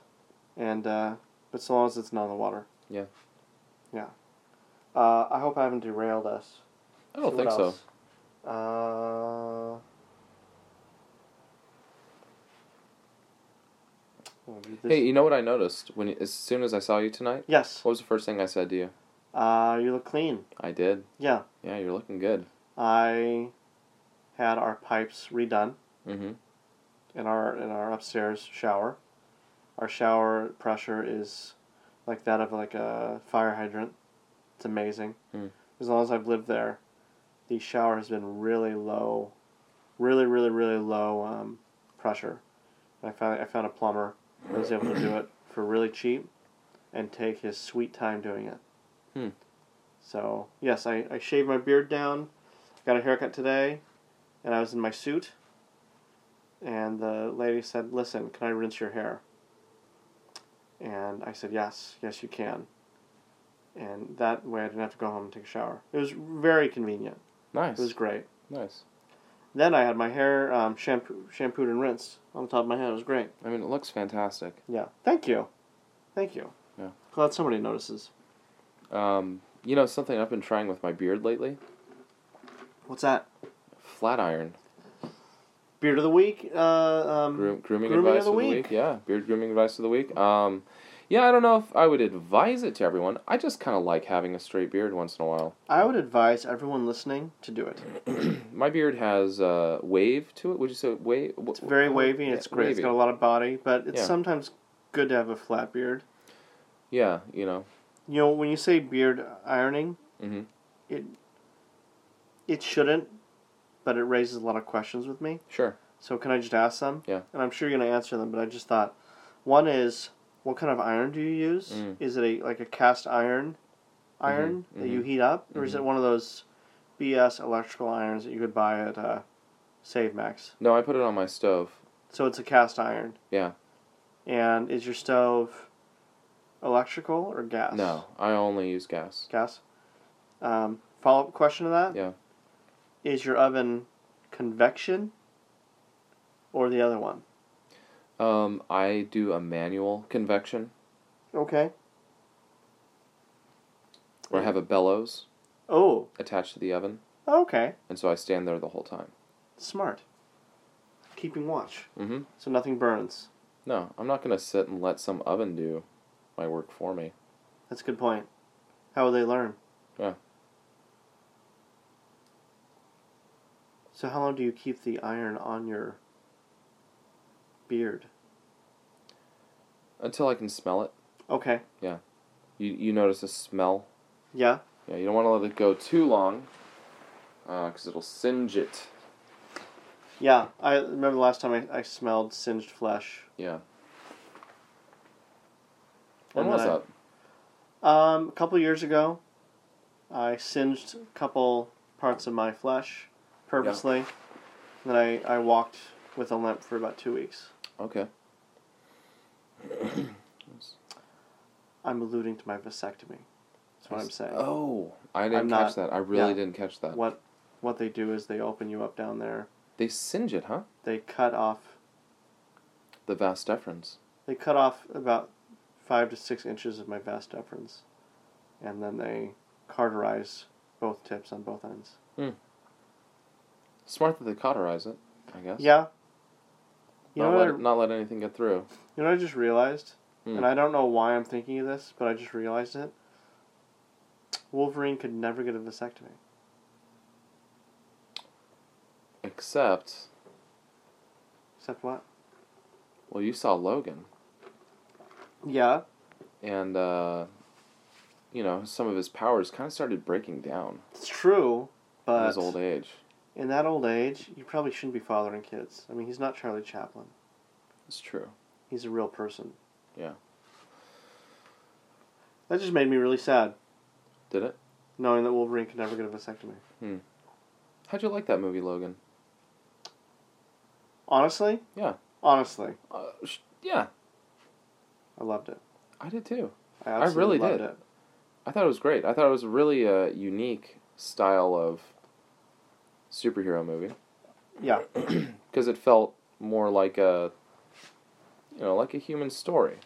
Speaker 3: and uh, but so long as it's not in the water.
Speaker 2: Yeah.
Speaker 3: Yeah. Uh, I hope I haven't derailed us.
Speaker 2: I don't think so.
Speaker 3: so. Uh, well, oh, this-
Speaker 2: Hey, you know what I noticed when as soon as I saw you tonight?
Speaker 3: Yes.
Speaker 2: What was the first thing I said to you?
Speaker 3: Uh, you look clean.
Speaker 2: I did.
Speaker 3: Yeah.
Speaker 2: Yeah, you're looking good.
Speaker 3: I had our pipes redone
Speaker 2: Mm-hmm.
Speaker 3: in our in our upstairs shower. Our shower pressure is like that of like a fire hydrant. It's amazing.
Speaker 2: Hmm.
Speaker 3: As long as I've lived there, the shower has been really low, really really really low um, pressure. And I found I found a plumber that was able to do it for really cheap, and take his sweet time doing it.
Speaker 2: Hmm.
Speaker 3: So yes, I, I shaved my beard down, got a haircut today, and I was in my suit. And the lady said, "Listen, can I rinse your hair?" And I said, "Yes, yes, you can." And that way, I didn't have to go home and take a shower. It was very convenient.
Speaker 2: Nice.
Speaker 3: It was great.
Speaker 2: Nice.
Speaker 3: Then I had my hair um, shampoo, shampooed and rinsed on the top of my head. It was great.
Speaker 2: I mean, it looks fantastic.
Speaker 3: Yeah. Thank you. Thank you.
Speaker 2: Yeah.
Speaker 3: Glad somebody notices.
Speaker 2: Um, you know something I've been trying with my beard lately?
Speaker 3: What's that?
Speaker 2: Flat iron.
Speaker 3: Beard of the week. Uh, um,
Speaker 2: Groom, grooming,
Speaker 3: Grooming
Speaker 2: advice
Speaker 3: of the
Speaker 2: of the, week.
Speaker 3: week.
Speaker 2: Yeah, beard grooming advice of the week. Um, yeah, I don't know if I would advise it to everyone. I just kind of like having a straight beard once in a while.
Speaker 3: I would advise everyone listening to do it.
Speaker 2: My beard has a wave to it. Would you say wave?
Speaker 3: It's very wavy. and It's great. It's got a lot of body, but it's
Speaker 2: Yeah.
Speaker 3: sometimes good to have a flat beard.
Speaker 2: Yeah, you know.
Speaker 3: You know, when you say beard ironing,
Speaker 2: Mhm.
Speaker 3: it it shouldn't, but it raises a lot of questions with me.
Speaker 2: Sure.
Speaker 3: So can I just ask them?
Speaker 2: Yeah.
Speaker 3: And I'm sure you're gonna answer them, but I just thought one is what kind of iron do you use?
Speaker 2: Mm. Mm-hmm.
Speaker 3: Is it a like a cast iron iron that you heat up, or is it one of those BS electrical irons that you could buy at uh, Save Max?
Speaker 2: No, I put it on my stove.
Speaker 3: So it's a cast iron.
Speaker 2: Yeah.
Speaker 3: And is your stove electrical or gas?
Speaker 2: No, I only use gas.
Speaker 3: Gas. Um, follow up question to that.
Speaker 2: Yeah.
Speaker 3: Is your oven convection or the other one?
Speaker 2: Um, I do a manual convection
Speaker 3: Okay. Mm.
Speaker 2: where I have a bellows
Speaker 3: Oh,
Speaker 2: attached to the oven,
Speaker 3: okay.
Speaker 2: and so I stand there the whole time.
Speaker 3: Smart. Keeping watch.
Speaker 2: Mm-hmm.
Speaker 3: So nothing burns.
Speaker 2: No, I'm not gonna sit and let some oven do my work for me.
Speaker 3: That's a good point. How will they learn?
Speaker 2: Yeah.
Speaker 3: So how long do you keep the iron on your beard?
Speaker 2: Until I can smell it.
Speaker 3: Okay.
Speaker 2: You you notice a smell.
Speaker 3: Yeah.
Speaker 2: Yeah, you don't want to let it go too long, because it'll singe it.
Speaker 3: Yeah. I remember the last time I, I smelled singed flesh.
Speaker 2: Yeah. When
Speaker 3: And
Speaker 2: was
Speaker 3: then I-
Speaker 2: that?
Speaker 3: Um, a couple years ago, I singed a couple parts of my flesh purposely. And then I, I walked with a limp for about two weeks.
Speaker 2: Okay.
Speaker 3: I'm alluding to my vasectomy. That's what I'm saying.
Speaker 2: Oh, I didn't
Speaker 3: I'm
Speaker 2: catch
Speaker 3: not-
Speaker 2: that. I really
Speaker 3: yeah.
Speaker 2: didn't catch that.
Speaker 3: What what they do is they open you up down there.
Speaker 2: They singe it, huh?
Speaker 3: They cut off
Speaker 2: The vas deferens.
Speaker 3: they cut off about five to six inches of my vas deferens, and then they cauterize both tips on both ends.
Speaker 2: Smart that they cauterize it, I guess.
Speaker 3: Yeah. You
Speaker 2: Not
Speaker 3: know, what
Speaker 2: let,
Speaker 3: I,
Speaker 2: it- not let anything get through.
Speaker 3: you know what I just realized,
Speaker 2: Hmm.
Speaker 3: and I don't know why I'm thinking of this, but I just realized it. Wolverine could never get a vasectomy.
Speaker 2: Except,
Speaker 3: Except what?
Speaker 2: well, you saw Logan,
Speaker 3: Yeah.
Speaker 2: and uh, you know some of his powers kind of started breaking down
Speaker 3: It's true,
Speaker 2: in
Speaker 3: but
Speaker 2: his old age.
Speaker 3: in that old age, you probably shouldn't be fathering kids. I mean, he's not Charlie Chaplin.
Speaker 2: It's true.
Speaker 3: He's a real person.
Speaker 2: Yeah.
Speaker 3: That just made me really sad,
Speaker 2: Did it?
Speaker 3: knowing that Wolverine could never get a vasectomy.
Speaker 2: How'd you like that movie, Logan?
Speaker 3: Honestly?
Speaker 2: Yeah.
Speaker 3: Honestly,
Speaker 2: Uh, sh- yeah,
Speaker 3: I loved it.
Speaker 2: I did too.
Speaker 3: I,
Speaker 2: really
Speaker 3: absolutely loved
Speaker 2: did.
Speaker 3: it.
Speaker 2: I thought it was great. I thought it was a really uh, unique style of superhero movie (clears throat)
Speaker 3: Yeah.
Speaker 2: because it felt more like a, you know, like a human story.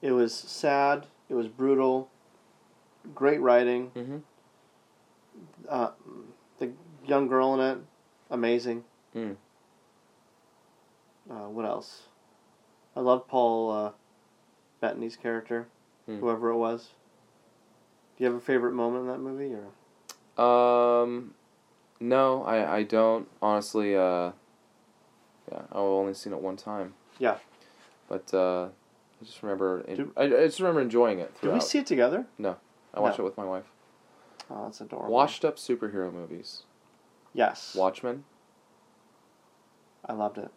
Speaker 3: It was sad. It was brutal. Great writing.
Speaker 2: Mm-hmm.
Speaker 3: Uh, the young girl in it, amazing.
Speaker 2: Mm.
Speaker 3: Uh, what else? I love Paul uh, Bettany's character,
Speaker 2: Mm.
Speaker 3: whoever it was. Do you have a favorite moment in that movie? Or
Speaker 2: Um, no, I, I don't honestly. Uh, yeah, I've only seen it one time.
Speaker 3: Yeah.
Speaker 2: But uh, I just remember.
Speaker 3: Did-
Speaker 2: I, I just remember enjoying it.
Speaker 3: did
Speaker 2: Throughout.
Speaker 3: we see it together?
Speaker 2: I watched
Speaker 3: No.
Speaker 2: it with my wife.
Speaker 3: Oh, that's adorable.
Speaker 2: Washed up superhero movies.
Speaker 3: Yes,
Speaker 2: Watchmen.
Speaker 3: I loved it.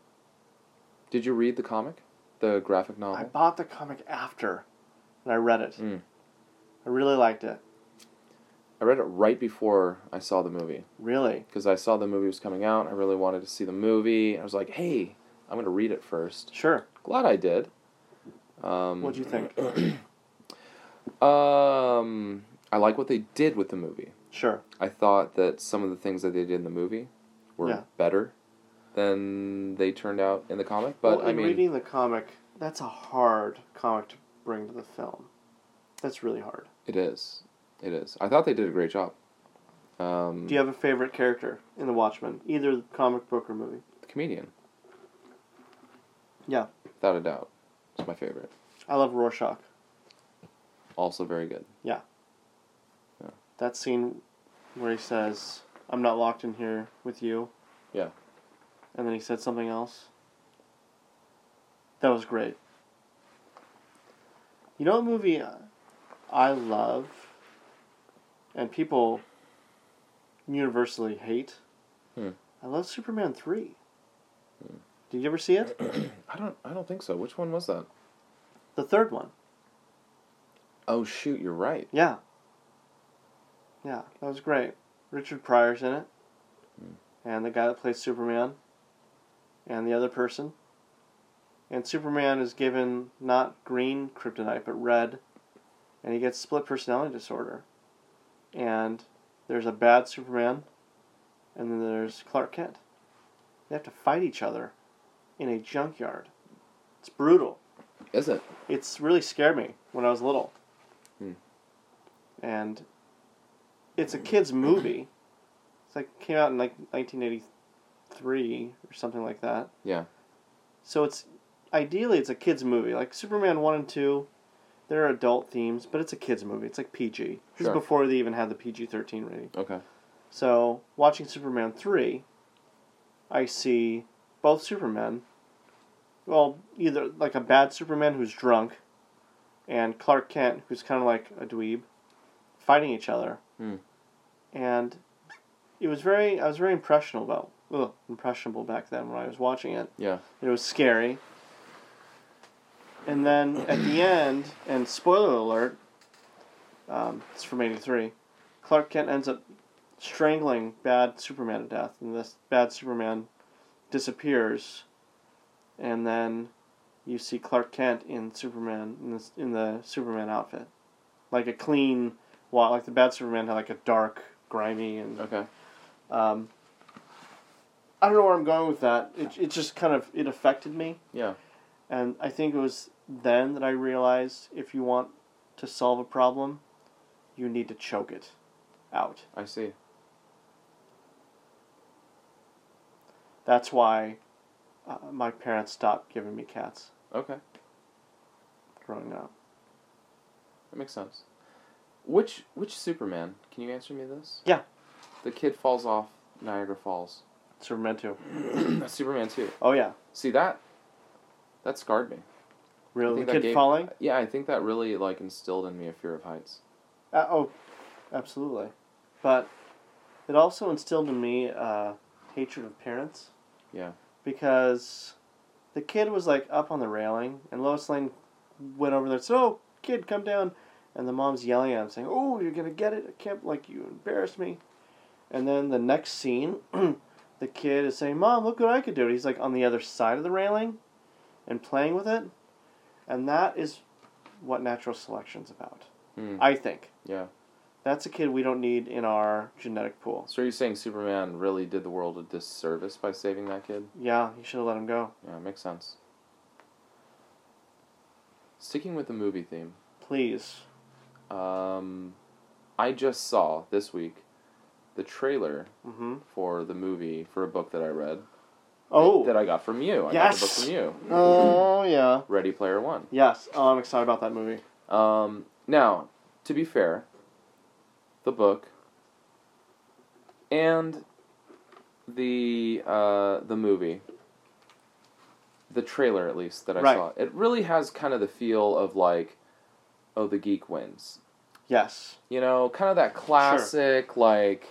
Speaker 2: Did you read the comic? The graphic novel.
Speaker 3: I bought the comic after, and I read it.
Speaker 2: Mm.
Speaker 3: I really liked it.
Speaker 2: I read it right before I saw the movie
Speaker 3: Really,
Speaker 2: because I saw the movie was coming out. I really wanted to see the movie. I was like, hey, I'm gonna read it first.
Speaker 3: sure.
Speaker 2: Glad I did. Um,
Speaker 3: What'd you think?
Speaker 2: Um, I like what they did with the movie.
Speaker 3: sure.
Speaker 2: I thought that some of the things that they did in the movie were
Speaker 3: Yeah.
Speaker 2: better than they turned out in the comic. But
Speaker 3: well,
Speaker 2: I
Speaker 3: in
Speaker 2: mean,
Speaker 3: reading the comic, that's a hard comic to bring to the film. That's really hard.
Speaker 2: it is, it is. I thought they did a great job. Um,
Speaker 3: Do you have a favorite character in The Watchmen, either the comic book or movie?
Speaker 2: the comedian.
Speaker 3: Yeah.
Speaker 2: without a doubt, it's my favorite.
Speaker 3: I love Rorschach.
Speaker 2: Also very good.
Speaker 3: That scene where he says, "I'm not locked in here with you."
Speaker 2: Yeah.
Speaker 3: And then he said something else. That was great. You know what movie I love, and people universally hate.
Speaker 2: Hmm.
Speaker 3: I love Superman three. Did you ever see it?
Speaker 2: (clears throat) I don't, I don't think so. Which one was that?
Speaker 3: The third one.
Speaker 2: Oh shoot, you're right.
Speaker 3: Yeah. Yeah, that was great. Richard Pryor's in it, and the guy that plays Superman, and the other person. And Superman is given not green kryptonite, but red, and he gets split personality disorder. And there's a bad Superman, and then there's Clark Kent. They have to fight each other in a junkyard. It's brutal
Speaker 2: Is it?
Speaker 3: it's really scared me when I was little.
Speaker 2: Hmm.
Speaker 3: And it's a kids movie. It's like came out in like 1983 or something like that.
Speaker 2: Yeah.
Speaker 3: So it's ideally it's a kids movie. Like Superman 1 and 2, there are adult themes, but it's a kids movie. It's like PG. This
Speaker 2: Sure.
Speaker 3: is before they even had the PG-13 rating.
Speaker 2: Okay.
Speaker 3: So watching Superman three, I see both Supermen. Well, either like a bad Superman who's drunk, and Clark Kent who's kind of like a dweeb, fighting each other.
Speaker 2: Hmm.
Speaker 3: And it was very I was very impressionable about ugh, impressionable back then when I was watching it.
Speaker 2: Yeah.
Speaker 3: It was scary. And then at the end, and spoiler alert, um, it's from 83, Clark Kent ends up strangling bad Superman to death, and this bad Superman disappears. And then you see Clark Kent in Superman in the, in the Superman outfit, like a clean, wa- like the bad Superman had like a dark, grimy, and
Speaker 2: Okay.
Speaker 3: um, I don't know where I'm going with that. It, it just kind of it affected me,
Speaker 2: Yeah.
Speaker 3: and I think it was then that I realized if you want to solve a problem, you need to choke it out.
Speaker 2: I see.
Speaker 3: That's why uh, my parents stopped giving me cats
Speaker 2: Okay.
Speaker 3: growing up.
Speaker 2: That makes sense. Which which Superman? Can you answer me this?
Speaker 3: Yeah.
Speaker 2: The kid falls off Niagara Falls. (clears throat)
Speaker 3: Superman too.
Speaker 2: Superman too.
Speaker 3: Oh yeah,
Speaker 2: See that? That scarred me. I
Speaker 3: really?
Speaker 2: think
Speaker 3: The
Speaker 2: that
Speaker 3: kid
Speaker 2: gave-
Speaker 3: falling?
Speaker 2: Yeah, I think that really like instilled in me a fear of heights.
Speaker 3: Uh, oh, absolutely. But It also instilled in me uh, hatred of parents.
Speaker 2: Yeah.
Speaker 3: Because the kid was like up on the railing, and Lois Lane went over there. and said, "Oh, kid, come down!" And the mom's yelling at him, saying, "Oh, you're gonna get it! I can't like you embarrassed me." And then the next scene, (clears throat) the kid is saying, "Mom, look what I could do!" He's like on the other side of the railing, and playing with it, and that is what natural selection's about.
Speaker 2: Hmm.
Speaker 3: I think.
Speaker 2: Yeah.
Speaker 3: That's a kid we don't need in our genetic pool.
Speaker 2: So are you saying Superman really did the world a disservice by saving that kid?
Speaker 3: Yeah, you should have let him go.
Speaker 2: Yeah, makes sense. Sticking with the movie theme,
Speaker 3: Please.
Speaker 2: um, I just saw this week the trailer
Speaker 3: Mm-hmm.
Speaker 2: for the movie for a book that I read.
Speaker 3: Oh.
Speaker 2: That I got from you. I got the book
Speaker 3: Yes!
Speaker 2: from you.
Speaker 3: Oh yeah.
Speaker 2: Ready Player One.
Speaker 3: Yes. Oh, I'm excited about that movie.
Speaker 2: Um, now, to be fair, the book and the uh, the movie, the trailer at least that I
Speaker 3: Right.
Speaker 2: saw, it really has kind of the feel of like, oh, the geek wins.
Speaker 3: Yes.
Speaker 2: You know, kind of that classic like,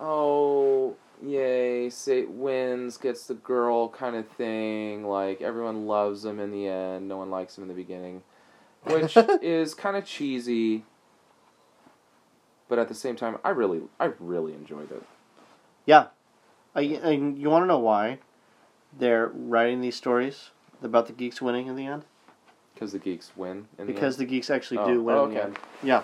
Speaker 2: oh, yay, say wins gets the girl kind of thing. Like everyone loves him in the end, no one likes him in the beginning,
Speaker 3: (laughs)
Speaker 2: which is kind of cheesy. But at the same time, I really, I really enjoyed it.
Speaker 3: Yeah. I, and you want to know why they're writing these stories about the geeks winning in the end?
Speaker 2: Because the geeks win. In
Speaker 3: Because the geeks
Speaker 2: the
Speaker 3: actually
Speaker 2: end.
Speaker 3: do win
Speaker 2: oh,
Speaker 3: in the
Speaker 2: okay.
Speaker 3: end. Yeah.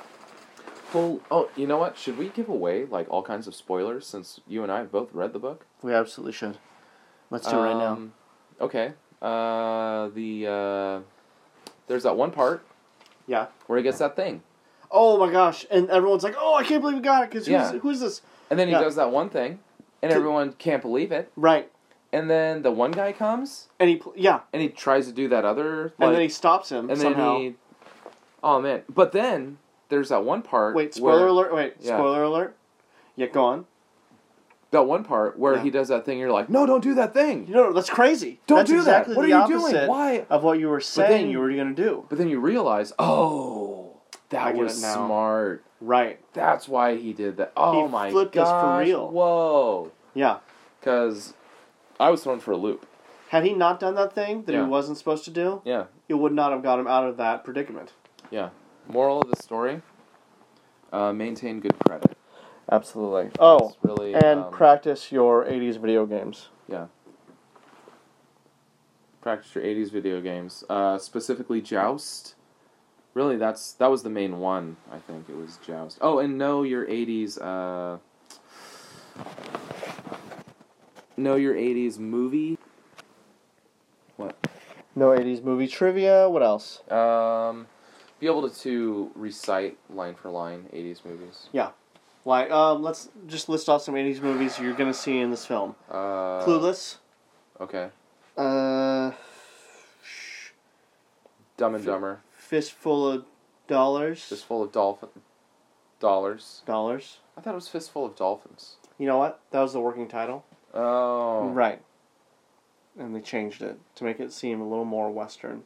Speaker 2: Well, oh, you know what? Should we give away like all kinds of spoilers since you and I have both read the book?
Speaker 3: We absolutely should. Let's do it right now.
Speaker 2: Um, Okay. Uh, the uh, there's that one part
Speaker 3: Yeah.
Speaker 2: where he gets that thing,
Speaker 3: Oh my gosh! And everyone's like, "Oh, I can't believe we got it!" Because who's,
Speaker 2: Yeah.
Speaker 3: who's this?
Speaker 2: and then he
Speaker 3: Yeah.
Speaker 2: does that one thing, and
Speaker 3: Th-
Speaker 2: everyone can't believe it.
Speaker 3: Right.
Speaker 2: And then the one guy comes
Speaker 3: And he, pl- yeah.
Speaker 2: and he tries to do that other,
Speaker 3: and
Speaker 2: like-
Speaker 3: then he stops him
Speaker 2: and then
Speaker 3: somehow.
Speaker 2: he. Oh man! But then there's that one part.
Speaker 3: Wait, spoiler
Speaker 2: where-
Speaker 3: alert! Wait,
Speaker 2: Yeah.
Speaker 3: spoiler alert! Yeah, go on.
Speaker 2: That one part where
Speaker 3: Yeah.
Speaker 2: he does that thing. You're like, no, don't do that thing.
Speaker 3: No, no, that's crazy.
Speaker 2: Don't
Speaker 3: that's
Speaker 2: do
Speaker 3: exactly
Speaker 2: that. What
Speaker 3: the
Speaker 2: are you
Speaker 3: opposite
Speaker 2: doing? Why?
Speaker 3: Of what you were saying,
Speaker 2: then-
Speaker 3: you were going to do.
Speaker 2: But then you realize, oh, that
Speaker 3: I get
Speaker 2: was
Speaker 3: it now.
Speaker 2: smart.
Speaker 3: Right.
Speaker 2: That's why he did that. Oh my
Speaker 3: flipped us for
Speaker 2: gosh!
Speaker 3: real.
Speaker 2: Whoa.
Speaker 3: Yeah.
Speaker 2: Because I was thrown for a loop.
Speaker 3: Had he not done that thing that
Speaker 2: Yeah.
Speaker 3: he wasn't supposed to do,
Speaker 2: Yeah.
Speaker 3: it would not have got him out of that predicament.
Speaker 2: Moral of the story uh, maintain good credit.
Speaker 3: Absolutely.
Speaker 2: That's really. um,
Speaker 3: Oh, practice your '80s video games.
Speaker 2: practice your 80s video games. Uh, specifically, Joust. Really, that's that was the main one, I think. It was Joust. Oh, and know your 80s. Uh, know your 80s movie.
Speaker 3: No '80s movie trivia. What else?
Speaker 2: Um, be able to, to recite line for line 80s movies.
Speaker 3: Like, um, let's just list off some '80s movies you're going to see in this film.
Speaker 2: Uh,
Speaker 3: Clueless.
Speaker 2: Okay.
Speaker 3: Uh,
Speaker 2: Dumb and Dumber.
Speaker 3: fistful of dollars.
Speaker 2: Fistful of dolphin dollars.
Speaker 3: dollars.
Speaker 2: I thought it was fistful of dolphins.
Speaker 3: You know what? That was the working title.
Speaker 2: Oh,
Speaker 3: Right. And they changed it to make it seem a little more Western.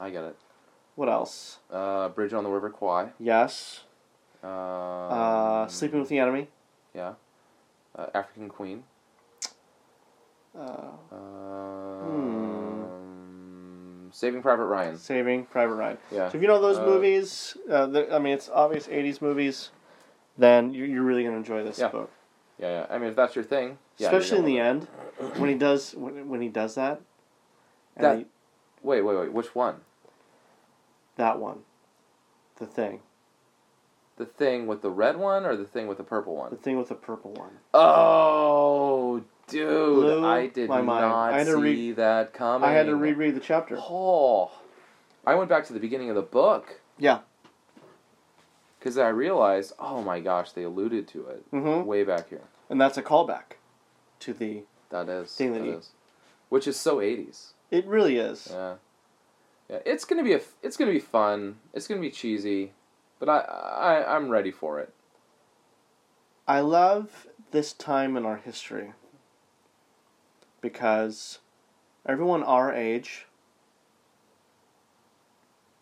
Speaker 2: I get it.
Speaker 3: What else?
Speaker 2: Uh, Bridge on the River Kwai.
Speaker 3: Yes.
Speaker 2: Um,
Speaker 3: Uh, Sleeping with the Enemy.
Speaker 2: uh, African Queen.
Speaker 3: Uh, Hmm.
Speaker 2: Um, Saving Private Ryan.
Speaker 3: Saving Private Ryan.
Speaker 2: Yeah.
Speaker 3: So if you know those
Speaker 2: Uh,
Speaker 3: movies, uh, the, I mean, it's obvious 80s movies, then you're, you're really going to enjoy this
Speaker 2: Yeah.
Speaker 3: book.
Speaker 2: Yeah, yeah. I mean, if that's your thing. Yeah,
Speaker 3: Especially in the
Speaker 2: end.
Speaker 3: end, when he does when, when he does that. And
Speaker 2: That-
Speaker 3: he-
Speaker 2: Wait, wait, wait. Which one?
Speaker 3: that one. The thing.
Speaker 2: The thing with the red one or the thing with the purple
Speaker 3: The
Speaker 2: one?
Speaker 3: thing with the purple one.
Speaker 2: Oh, dude.
Speaker 3: Blew
Speaker 2: I did
Speaker 3: my mind.
Speaker 2: not
Speaker 3: I had to
Speaker 2: see
Speaker 3: re-
Speaker 2: that coming.
Speaker 3: I had to reread the chapter.
Speaker 2: Oh, I went back to the beginning of the book.
Speaker 3: Yeah.
Speaker 2: Because I realized, oh my gosh, they alluded to it
Speaker 3: Mm-hmm.
Speaker 2: way back here.
Speaker 3: And that's a callback to the.
Speaker 2: That is.
Speaker 3: Thing that
Speaker 2: that
Speaker 3: he-
Speaker 2: is. Which is so 80s.
Speaker 3: It really is.
Speaker 2: Yeah. Yeah, it's gonna be a, f- it's gonna be fun. It's gonna be cheesy, but I, I, I'm ready for it.
Speaker 3: I love this time in our history because everyone our age,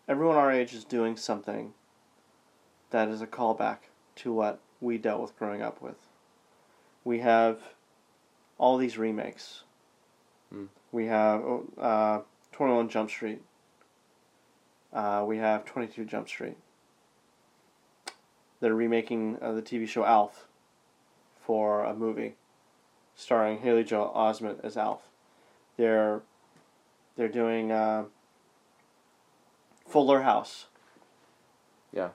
Speaker 3: everyone our age is doing something that is a callback to what we dealt with growing up with. we have all these remakes.
Speaker 2: Hmm.
Speaker 3: We have uh, 21 Jump Street. Uh, we have 22 Jump Street. They're remaking uh, the TV show Alf for a movie starring Haley Joel Osment as Alf. They're they're doing uh, Fuller House.
Speaker 2: Yeah.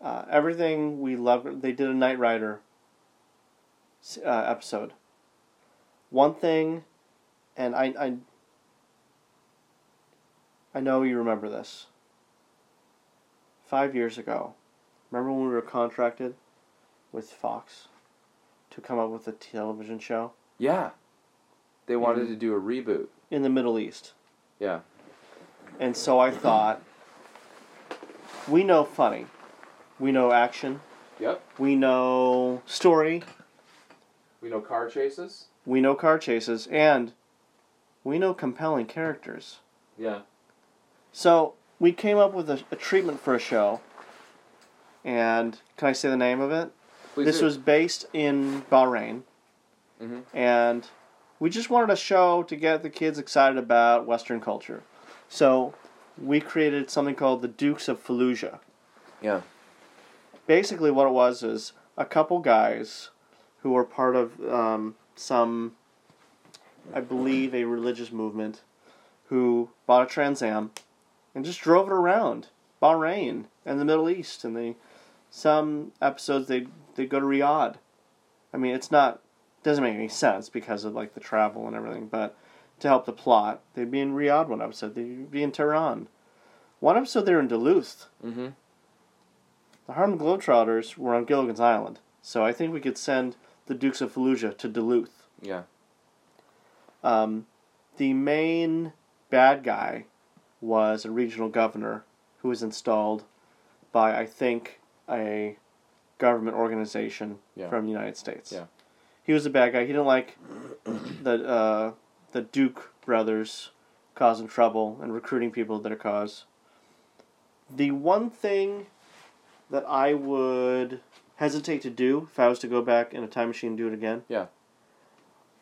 Speaker 3: Uh, everything we love. They did a Knight Rider s- uh, episode. One thing, and I, I I know you remember this. Five years ago, remember when we were contracted with Fox to come up with a television show
Speaker 2: Yeah. They
Speaker 3: Mm-hmm.
Speaker 2: wanted to do a reboot.
Speaker 3: in the Middle East?
Speaker 2: Yeah.
Speaker 3: And so I thought, we know funny, we know action,
Speaker 2: Yep.
Speaker 3: we know story,
Speaker 2: We know car chases.
Speaker 3: we know car chases, and we know compelling characters.
Speaker 2: Yeah.
Speaker 3: So we came up with a, a treatment for a show, and can I say the name of it?
Speaker 2: Please
Speaker 3: this
Speaker 2: do.
Speaker 3: was based in Bahrain,
Speaker 2: Mhm.
Speaker 3: and we just wanted a show to get the kids excited about Western culture. So we created something called the Dukes of Fallujah.
Speaker 2: Yeah.
Speaker 3: basically what it was is a couple guys who were part of um, some i believe a religious movement who bought a trans am and just drove it around bahrain and the middle east and they some episodes they they go to riyadh i mean it's not doesn't make any sense because of like the travel and everything but to help the plot they'd be in riyadh one episode they'd be in tehran one episode they were in duluth
Speaker 2: Mm-hmm.
Speaker 3: the Harlem Globetrotters were on Gilligan's Island, so I think we could send the Dukes of Fallujah to Duluth.
Speaker 2: Yeah.
Speaker 3: Um, the main bad guy was a regional governor who was installed by, I think, a government organization
Speaker 2: Yeah.
Speaker 3: from the United States.
Speaker 2: Yeah.
Speaker 3: He was a bad guy. He didn't like (coughs) the, uh, the Duke brothers causing trouble and recruiting people to their cause. The one thing that I would hesitate to do if I was to go back in a time machine and do it again.
Speaker 2: Yeah.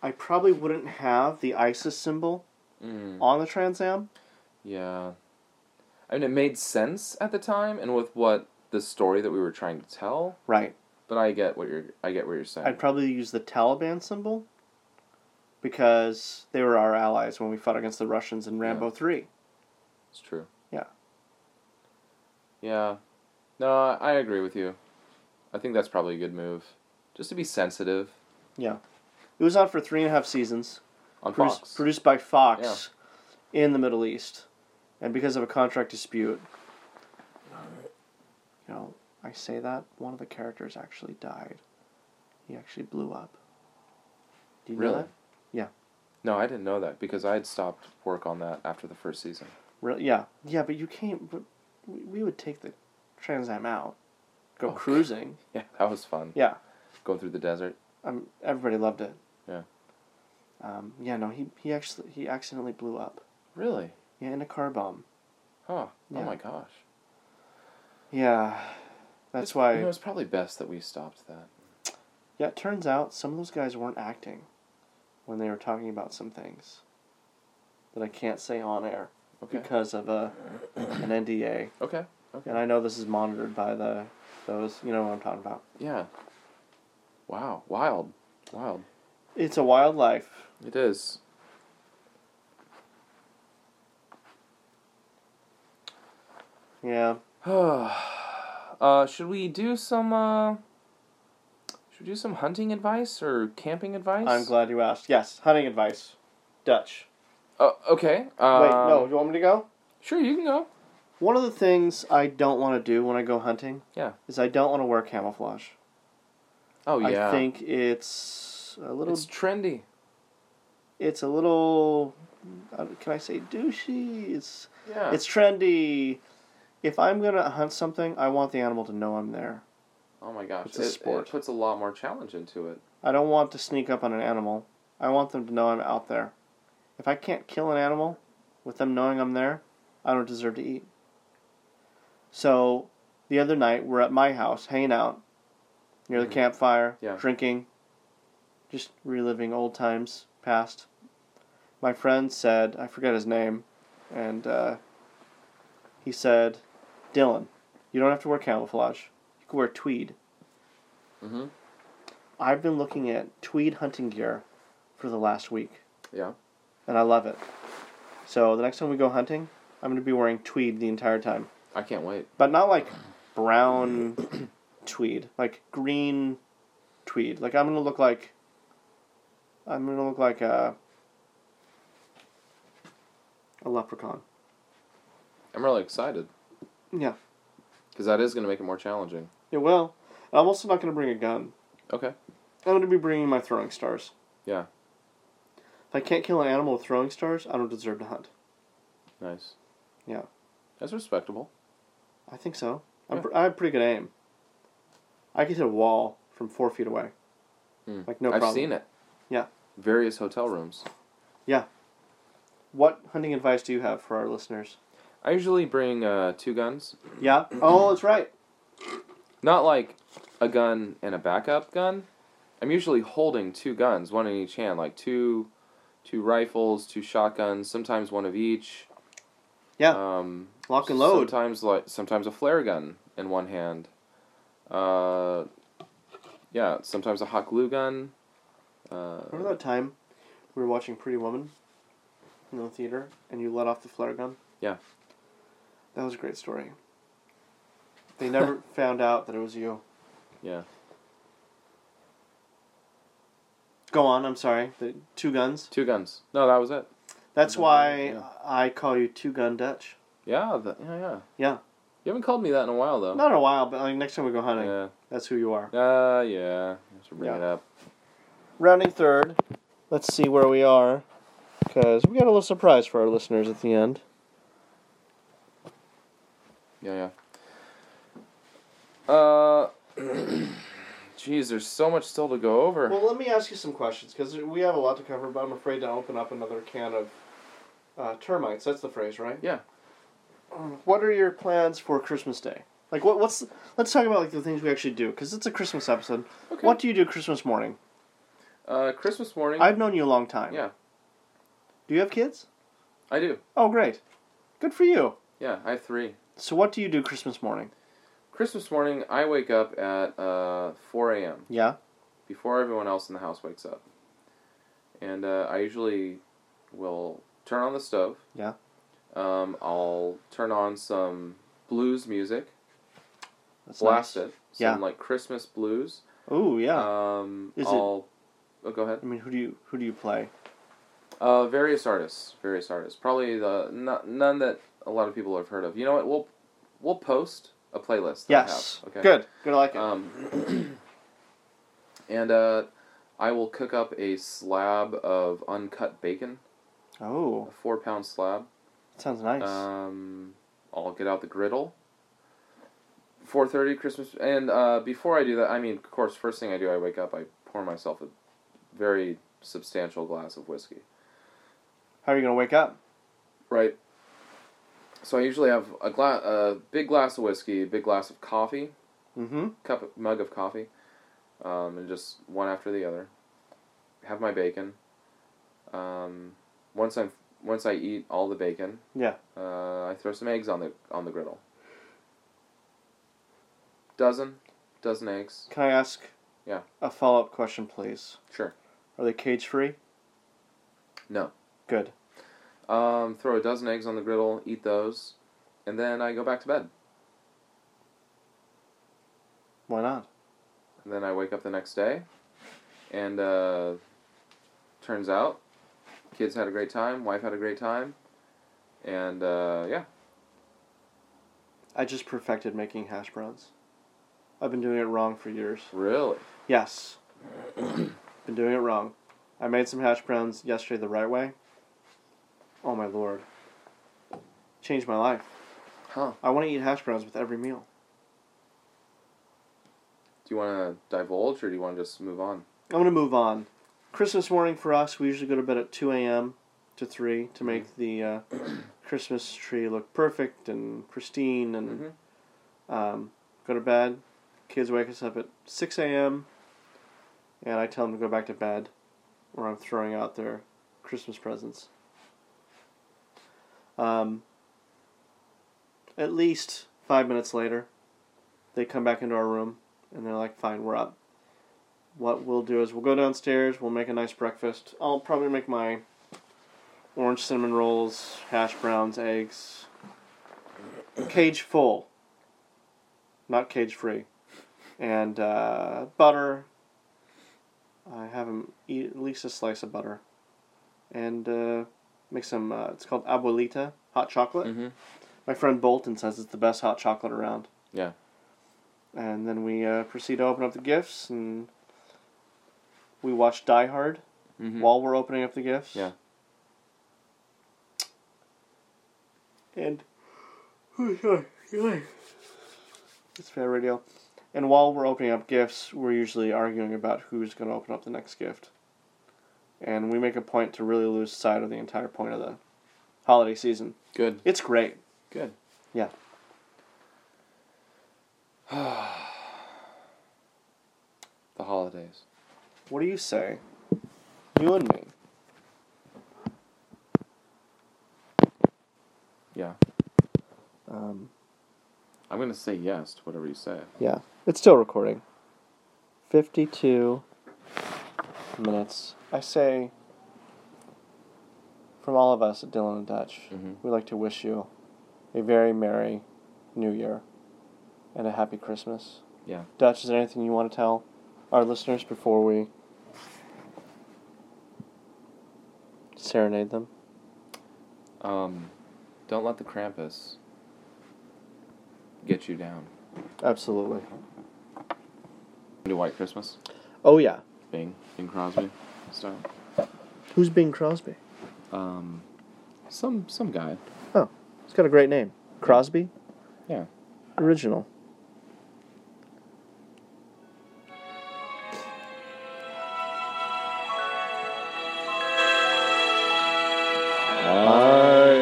Speaker 3: I probably wouldn't have the ISIS symbol
Speaker 2: Mm.
Speaker 3: on the Trans Am.
Speaker 2: Yeah. I mean, it made sense at the time, and with what the story that we were trying to tell.
Speaker 3: Right.
Speaker 2: But I get what you're. I get what you're saying.
Speaker 3: I'd probably use the Taliban symbol because they were our allies when we fought against the Russians in Rambo 3.
Speaker 2: It's true.
Speaker 3: Yeah.
Speaker 2: Yeah. No, I I agree with you. I think that's probably a good move. Just to be sensitive
Speaker 3: It was on for three and a half seasons,
Speaker 2: on
Speaker 3: produced-
Speaker 2: Fox.
Speaker 3: produced by Fox in the Middle East. And because of a contract dispute, you know, I say that one of the characters actually died. He actually blew up. Do you know
Speaker 2: Really?
Speaker 3: that? Yeah.
Speaker 2: No, I didn't know that because I had stopped work on that after the first season.
Speaker 3: Really? Yeah. Yeah, but you can't. But we we would take the Trans Am out, go cruising.
Speaker 2: Yeah, (laughs) that was fun.
Speaker 3: Yeah.
Speaker 2: Going through the desert.
Speaker 3: Um, everybody loved it.
Speaker 2: Yeah.
Speaker 3: Um, yeah. No, he he actually he accidentally blew up.
Speaker 2: Really?
Speaker 3: Yeah, in a car bomb.
Speaker 2: Huh.
Speaker 3: Yeah.
Speaker 2: Oh my gosh.
Speaker 3: Yeah. That's
Speaker 2: It's-
Speaker 3: why.
Speaker 2: You know, it's probably best that we stopped that.
Speaker 3: Yeah, it turns out some of those guys weren't acting when they were talking about some things that I can't say on air
Speaker 2: Okay.
Speaker 3: because of a an NDA.
Speaker 2: Okay.
Speaker 3: And I know this is monitored by the those. You know what I'm talking about.
Speaker 2: Yeah. Wow. Wild. Wild.
Speaker 3: It's a wild life.
Speaker 2: It is.
Speaker 3: Yeah.
Speaker 2: (sighs) uh, should we do some uh, should we do some hunting advice or camping advice?
Speaker 3: I'm glad you asked. Yes, hunting advice. Dutch.
Speaker 2: Uh, okay. Uh,
Speaker 3: Wait, no, you want me to go?
Speaker 2: Sure, you can go.
Speaker 3: One of the things I don't want to do when I go hunting
Speaker 2: Yeah.
Speaker 3: is I don't want to wear camouflage.
Speaker 2: Oh yeah.
Speaker 3: I think it's a little
Speaker 2: it's
Speaker 3: it's,
Speaker 2: trendy.
Speaker 3: a little uh, can I say douchey? It's
Speaker 2: Yeah.
Speaker 3: it's trendy. If I'm going to hunt something, I want the animal to know I'm there.
Speaker 2: oh my gosh.
Speaker 3: it's a
Speaker 2: it,
Speaker 3: sport.
Speaker 2: It puts a lot more challenge into it.
Speaker 3: I don't want to sneak up on an animal. I want them to know I'm out there. If I can't kill an animal with them knowing I'm there, I don't deserve to eat. So the other night, we're at my house hanging out near the campfire,
Speaker 2: Yeah.
Speaker 3: drinking, just reliving old times past. My friend said, I forget his name, and uh, he said, Dylan, you don't have to wear camouflage. You can wear tweed.
Speaker 2: Mm-hmm.
Speaker 3: I've been looking at tweed hunting gear for the last week.
Speaker 2: Yeah.
Speaker 3: And I love it. So the next time we go hunting, I'm going to be wearing tweed the entire time.
Speaker 2: I can't wait.
Speaker 3: But not like
Speaker 2: (clears throat)
Speaker 3: brown tweed, like green tweed. Like I'm going to look like I'm going to look like a a leprechaun.
Speaker 2: I'm really excited
Speaker 3: Yeah.
Speaker 2: because that is going to make it more challenging.
Speaker 3: It will. I'm also not going to bring a gun.
Speaker 2: Okay.
Speaker 3: I'm going to be bringing my throwing stars.
Speaker 2: Yeah.
Speaker 3: If I can't kill an animal with throwing stars, I don't deserve to hunt.
Speaker 2: Nice.
Speaker 3: Yeah.
Speaker 2: That's respectable.
Speaker 3: I think so. I'm
Speaker 2: Yeah.
Speaker 3: pr- I have pretty good aim. I could hit a wall from four feet away.
Speaker 2: Hmm.
Speaker 3: Like no
Speaker 2: I've
Speaker 3: problem.
Speaker 2: seen it.
Speaker 3: Yeah.
Speaker 2: Various hotel rooms.
Speaker 3: What hunting advice do you have for our listeners?
Speaker 2: I usually bring uh, two guns.
Speaker 3: Yeah. Oh, that's right.
Speaker 2: Not like a gun and a backup gun. I'm usually holding two guns, one in each hand, like two, two rifles, two shotguns, sometimes one of each.
Speaker 3: Yeah.
Speaker 2: Um,
Speaker 3: Lock and load.
Speaker 2: Sometimes like sometimes a flare gun in one hand. Uh, yeah, sometimes a hot glue gun. Uh,
Speaker 3: Remember that time we were watching Pretty Woman in the theater and you let off the flare gun?
Speaker 2: Yeah.
Speaker 3: That was a great story.
Speaker 2: (laughs)
Speaker 3: They never found out that it was you.
Speaker 2: Yeah.
Speaker 3: Go on, I'm sorry. The two guns.
Speaker 2: two guns. No, that was it.
Speaker 3: That's why
Speaker 2: Yeah.
Speaker 3: I call you Two Gun Dutch.
Speaker 2: Yeah, the, yeah, yeah.
Speaker 3: Yeah.
Speaker 2: You haven't called me that in a while though.
Speaker 3: Not in a while, but like next time we go hunting,
Speaker 2: Yeah.
Speaker 3: that's who you are.
Speaker 2: Uh, yeah. Let's bring
Speaker 3: Yeah.
Speaker 2: it up.
Speaker 3: rounding third. Let's see where we are, because we got a little surprise for our listeners at the end.
Speaker 2: Yeah, yeah. Uh, (clears throat) jeez, there's so much still to go over.
Speaker 3: Well, let me ask you some questions, because we have a lot to cover, but I'm afraid to open up another can of uh, termites. That's the phrase, right?
Speaker 2: Yeah.
Speaker 3: What are your plans for Christmas Day? Like, what? What's? Let's talk about like the things we actually do, because it's a Christmas episode.
Speaker 2: Okay.
Speaker 3: What do you do Christmas morning?
Speaker 2: Uh, Christmas morning.
Speaker 3: I've known you a long time.
Speaker 2: yeah,
Speaker 3: Do you have kids?
Speaker 2: I do.
Speaker 3: Oh, great. Good for you.
Speaker 2: Yeah, I have three.
Speaker 3: So, what do you do Christmas morning?
Speaker 2: Christmas morning, I wake up at uh 4 a.m.
Speaker 3: Yeah.
Speaker 2: before everyone else in the house wakes up, and uh, I usually will turn on the stove.
Speaker 3: Yeah.
Speaker 2: Um, I'll turn on some blues music,
Speaker 3: That's
Speaker 2: blast
Speaker 3: nice.
Speaker 2: it, some
Speaker 3: Yeah.
Speaker 2: like Christmas blues.
Speaker 3: Oh yeah.
Speaker 2: Um,
Speaker 3: Is it-
Speaker 2: I'll oh, go ahead.
Speaker 3: I mean, who do you who do you play?
Speaker 2: Uh, various artists, various artists. Probably the no- none that a lot of people have heard of. You know what? We'll we'll post a playlist. that I
Speaker 3: Yes.
Speaker 2: have, okay.
Speaker 3: Good. Good. I like it.
Speaker 2: Um, (clears throat) and uh, I will cook up a slab of uncut bacon, a
Speaker 3: oh,
Speaker 2: four pound slab.
Speaker 3: sounds nice.
Speaker 2: Um, I'll get out the griddle. Four thirty Christmas, and uh, before I do that, I mean, of course, first thing I do, I wake up, I pour myself a very substantial glass of whiskey.
Speaker 3: How are you gonna wake up?
Speaker 2: Right. So I usually have a gla- a big glass of whiskey, a big glass of coffee,
Speaker 3: Mm-hmm.
Speaker 2: cup mug of coffee, um, and just one after the other. Have my bacon. Um, once I once I eat all the bacon,
Speaker 3: Yeah.
Speaker 2: uh, I throw some eggs on the on the griddle. Dozen, dozen eggs.
Speaker 3: Can I ask?
Speaker 2: Yeah.
Speaker 3: A follow up question, please.
Speaker 2: Sure.
Speaker 3: Are they cage free?
Speaker 2: No.
Speaker 3: Good.
Speaker 2: Um, throw a dozen eggs on the griddle, eat those, and then I go back to bed.
Speaker 3: Why not?
Speaker 2: And then I wake up the next day, and uh, turns out kids had a great time, wife had a great time, and uh, yeah,
Speaker 3: I just perfected making hash browns. I've been doing it wrong for years.
Speaker 2: really,
Speaker 3: Yes. been doing it wrong. I made some hash browns yesterday the right way. Oh my lord. Changed my life.
Speaker 2: huh?
Speaker 3: I want to eat hash browns with every meal.
Speaker 2: Do you want to divulge or do you want to just move on?
Speaker 3: I'm gonna move on. Christmas morning for us, we usually go to bed at two a.m. to three to make the uh, (coughs) Christmas tree look perfect and pristine, and
Speaker 2: Mhm.
Speaker 3: um, go to bed. Kids wake us up at six a.m. and I tell them to go back to bed, or I'm throwing out their Christmas presents. Um, at least five minutes later, they come back into our room and they're like, fine, we're up. What we'll do is we'll go downstairs, we'll make a nice breakfast. I'll probably make my orange cinnamon rolls, hash browns, eggs. Cage full, not cage free. And uh, butter. I have them eat at least a slice of butter. And uh, make some, uh, it's called abuelita hot chocolate.
Speaker 2: Mm-hmm.
Speaker 3: My friend Bolton says it's the best hot chocolate around.
Speaker 2: Yeah.
Speaker 3: And then we uh, proceed to open up the gifts and we watch Die Hard
Speaker 2: Mm-hmm.
Speaker 3: while we're opening up the gifts.
Speaker 2: Yeah.
Speaker 3: And it's fair radio. And while we're opening up gifts, we're usually arguing about who's going to open up the next gift. And we make a point to really lose sight of the entire point of the holiday season.
Speaker 2: Good.
Speaker 3: It's great.
Speaker 2: Good. (sighs)
Speaker 3: Yeah.
Speaker 2: The holidays.
Speaker 3: What do you say? You and me.
Speaker 2: Yeah.
Speaker 3: Um,
Speaker 2: I'm gonna say yes to whatever you say.
Speaker 3: yeah. It's still recording. 52 minutes. I say, from all of us at Dylan and Dutch,
Speaker 2: Mhm.
Speaker 3: we'd like to wish you a very merry new year and a happy Christmas.
Speaker 2: Yeah.
Speaker 3: Dutch, is there anything you want to tell our listeners before we serenade them?
Speaker 2: Um, don't let the Krampus get you down.
Speaker 3: Absolutely.
Speaker 2: Do White Christmas,
Speaker 3: Oh, yeah.
Speaker 2: Bing, Bing Crosby style.
Speaker 3: Who's Bing Crosby?
Speaker 2: Um, some some guy.
Speaker 3: Oh, it's got a great name. Crosby?
Speaker 2: Yeah.
Speaker 3: Original.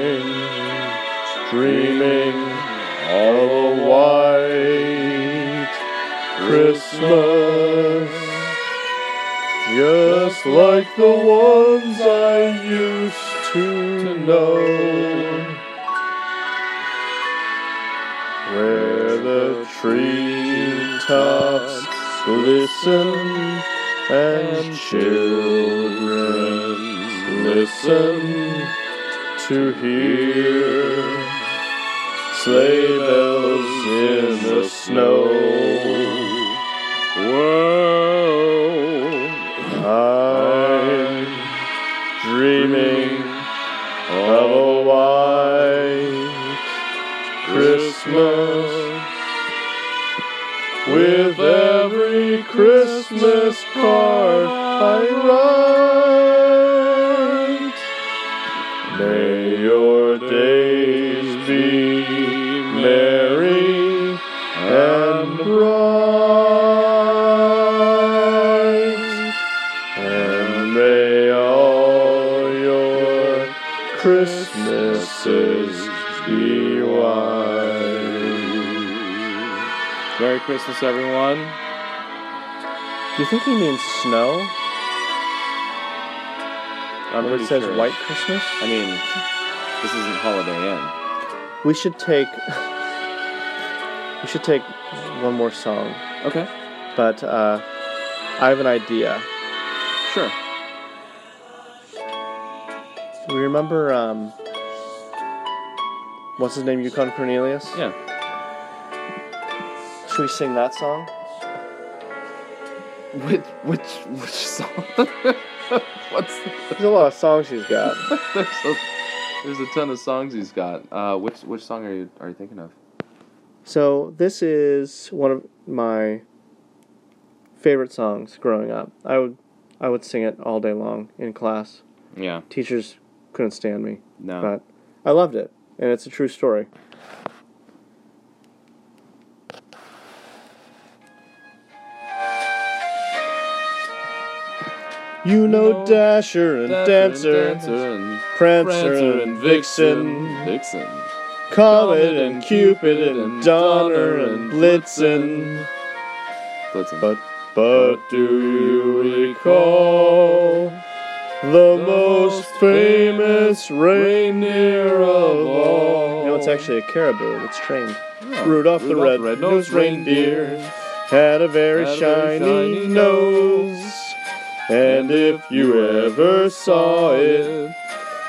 Speaker 1: I'm dreaming of a white Christmas, just like the ones I used to know, where the treetops glisten and children listen to hear sleigh bells in the snow. Whoa, I'm dreaming of a white Christmas. With every Christmas card I write. May your days be merry and bright, and may all your Christmases be wise.
Speaker 2: Merry Christmas, everyone.
Speaker 3: Do you think he means snow?
Speaker 2: I'm
Speaker 3: when
Speaker 2: pretty
Speaker 3: it says
Speaker 2: sure.
Speaker 3: white Christmas?
Speaker 2: I mean, this isn't Holiday Inn.
Speaker 3: We should take. we should take one more song,
Speaker 2: Okay.
Speaker 3: but uh, I have an idea.
Speaker 2: Sure.
Speaker 3: We remember um, what's his name, Yukon Cornelius.
Speaker 2: Yeah.
Speaker 3: Should we sing that song?
Speaker 2: Which which which song? (laughs) What's
Speaker 3: There's a lot of songs he's got.
Speaker 2: there's a, there's a ton of songs he's got. Uh, which which song are you are you thinking of?
Speaker 3: so this is one of my favorite songs growing up. I would I would sing it all day long in class.
Speaker 2: Yeah.
Speaker 3: Teachers couldn't stand me,
Speaker 2: No.
Speaker 3: but I loved it, and it's a true story. You know
Speaker 2: know
Speaker 3: Dasher and Dancer,
Speaker 2: and
Speaker 3: Prancer and Vixen,
Speaker 2: Vixen,
Speaker 3: Comet and Cupid and Donner and Blitzen.
Speaker 2: Blitzen.
Speaker 3: But
Speaker 1: But do you recall the most famous reindeer of all? No, it's actually a caribou. It's trained. Rudolph, the red, nosed reindeer, had a very
Speaker 2: Had a very
Speaker 1: shiny,
Speaker 2: shiny
Speaker 1: nose. And if you ever saw it,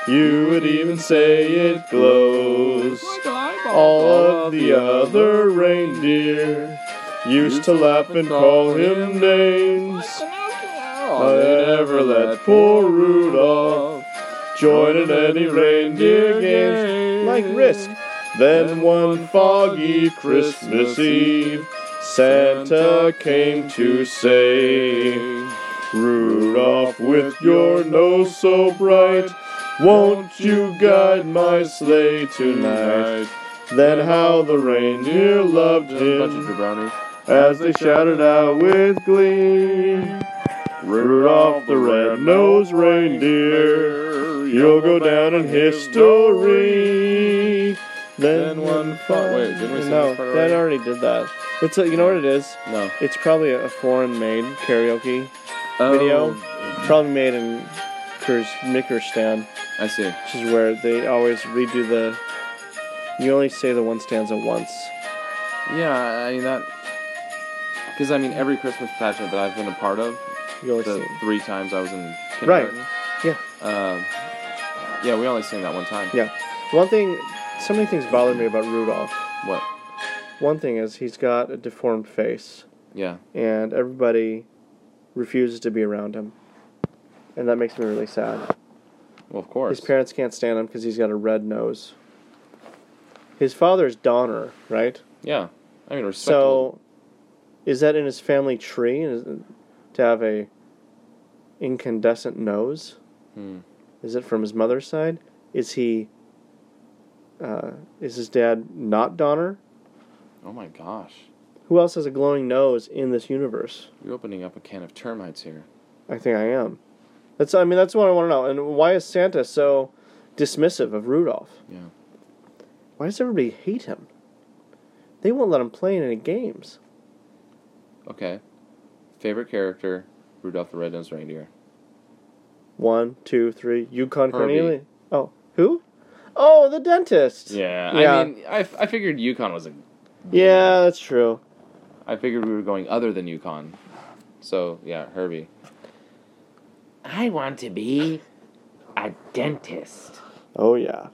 Speaker 1: you would even say it glows. All of the other reindeer used to laugh and call him names. I never let poor Rudolph join in any reindeer games like Risk. Then one foggy Christmas Eve, Santa came to say, Rudolph, with your nose so bright, won't you guide my sleigh tonight? Then how the reindeer loved
Speaker 2: Bunch of
Speaker 1: him
Speaker 2: jabronis.
Speaker 1: as they shouted out with glee. Rudolph the red-nosed reindeer, you'll go down in history.
Speaker 2: Then one fo- wait, didn't we sing
Speaker 1: no,
Speaker 2: this part
Speaker 1: that
Speaker 2: already?
Speaker 1: already did that. It's a, you know what it is?
Speaker 2: No.
Speaker 1: It's probably a, a foreign-made karaoke
Speaker 3: Oh,
Speaker 1: video,
Speaker 2: Oh.
Speaker 1: probably made in Kyrgyzstan,
Speaker 2: I see.
Speaker 1: which is where they always redo the. You only say the one stanza once.
Speaker 2: Yeah, I mean that. Because I mean, every Christmas pageant that I've been a part of,
Speaker 1: You only
Speaker 2: the
Speaker 1: sing.
Speaker 2: three times I was in
Speaker 1: Right.
Speaker 2: kindergarten.
Speaker 1: Yeah.
Speaker 2: Um, yeah, we only sing that one time.
Speaker 1: Yeah. One thing, so many things bother me about Rudolph.
Speaker 2: What?
Speaker 1: One thing is he's got a deformed face,
Speaker 2: Yeah.
Speaker 1: and everybody refuses to be around him, and that makes me really sad.
Speaker 2: Well, of course.
Speaker 1: His parents can't stand him because he's got a red nose. His father's Donner, right?
Speaker 2: yeah. I mean, respectable.
Speaker 1: So, is that in his family tree is, to have a incandescent nose?
Speaker 2: Hmm.
Speaker 1: Is it from his mother's side? Is he? Uh, is his dad not Donner?
Speaker 2: Oh my gosh,
Speaker 1: Who else has a glowing nose in this universe?
Speaker 2: you're opening up a can of termites here.
Speaker 1: I think I am. That's I mean that's what I want to know. And why is Santa so dismissive of Rudolph?
Speaker 2: Yeah.
Speaker 1: Why does everybody hate him? They won't let him play in any games.
Speaker 2: Okay. Favorite character: Rudolph the Red-Nosed Reindeer.
Speaker 1: One, two, three. Yukon
Speaker 2: Herbie.
Speaker 1: Cornelia. Oh, who? Oh, the dentist.
Speaker 2: Yeah.
Speaker 1: Yeah.
Speaker 2: I mean, I, f- I figured Yukon was a.
Speaker 1: Yeah, that's true.
Speaker 2: I figured we were going other than Yukon. So yeah, Herbie.
Speaker 4: I want to be a dentist.
Speaker 1: Oh yeah.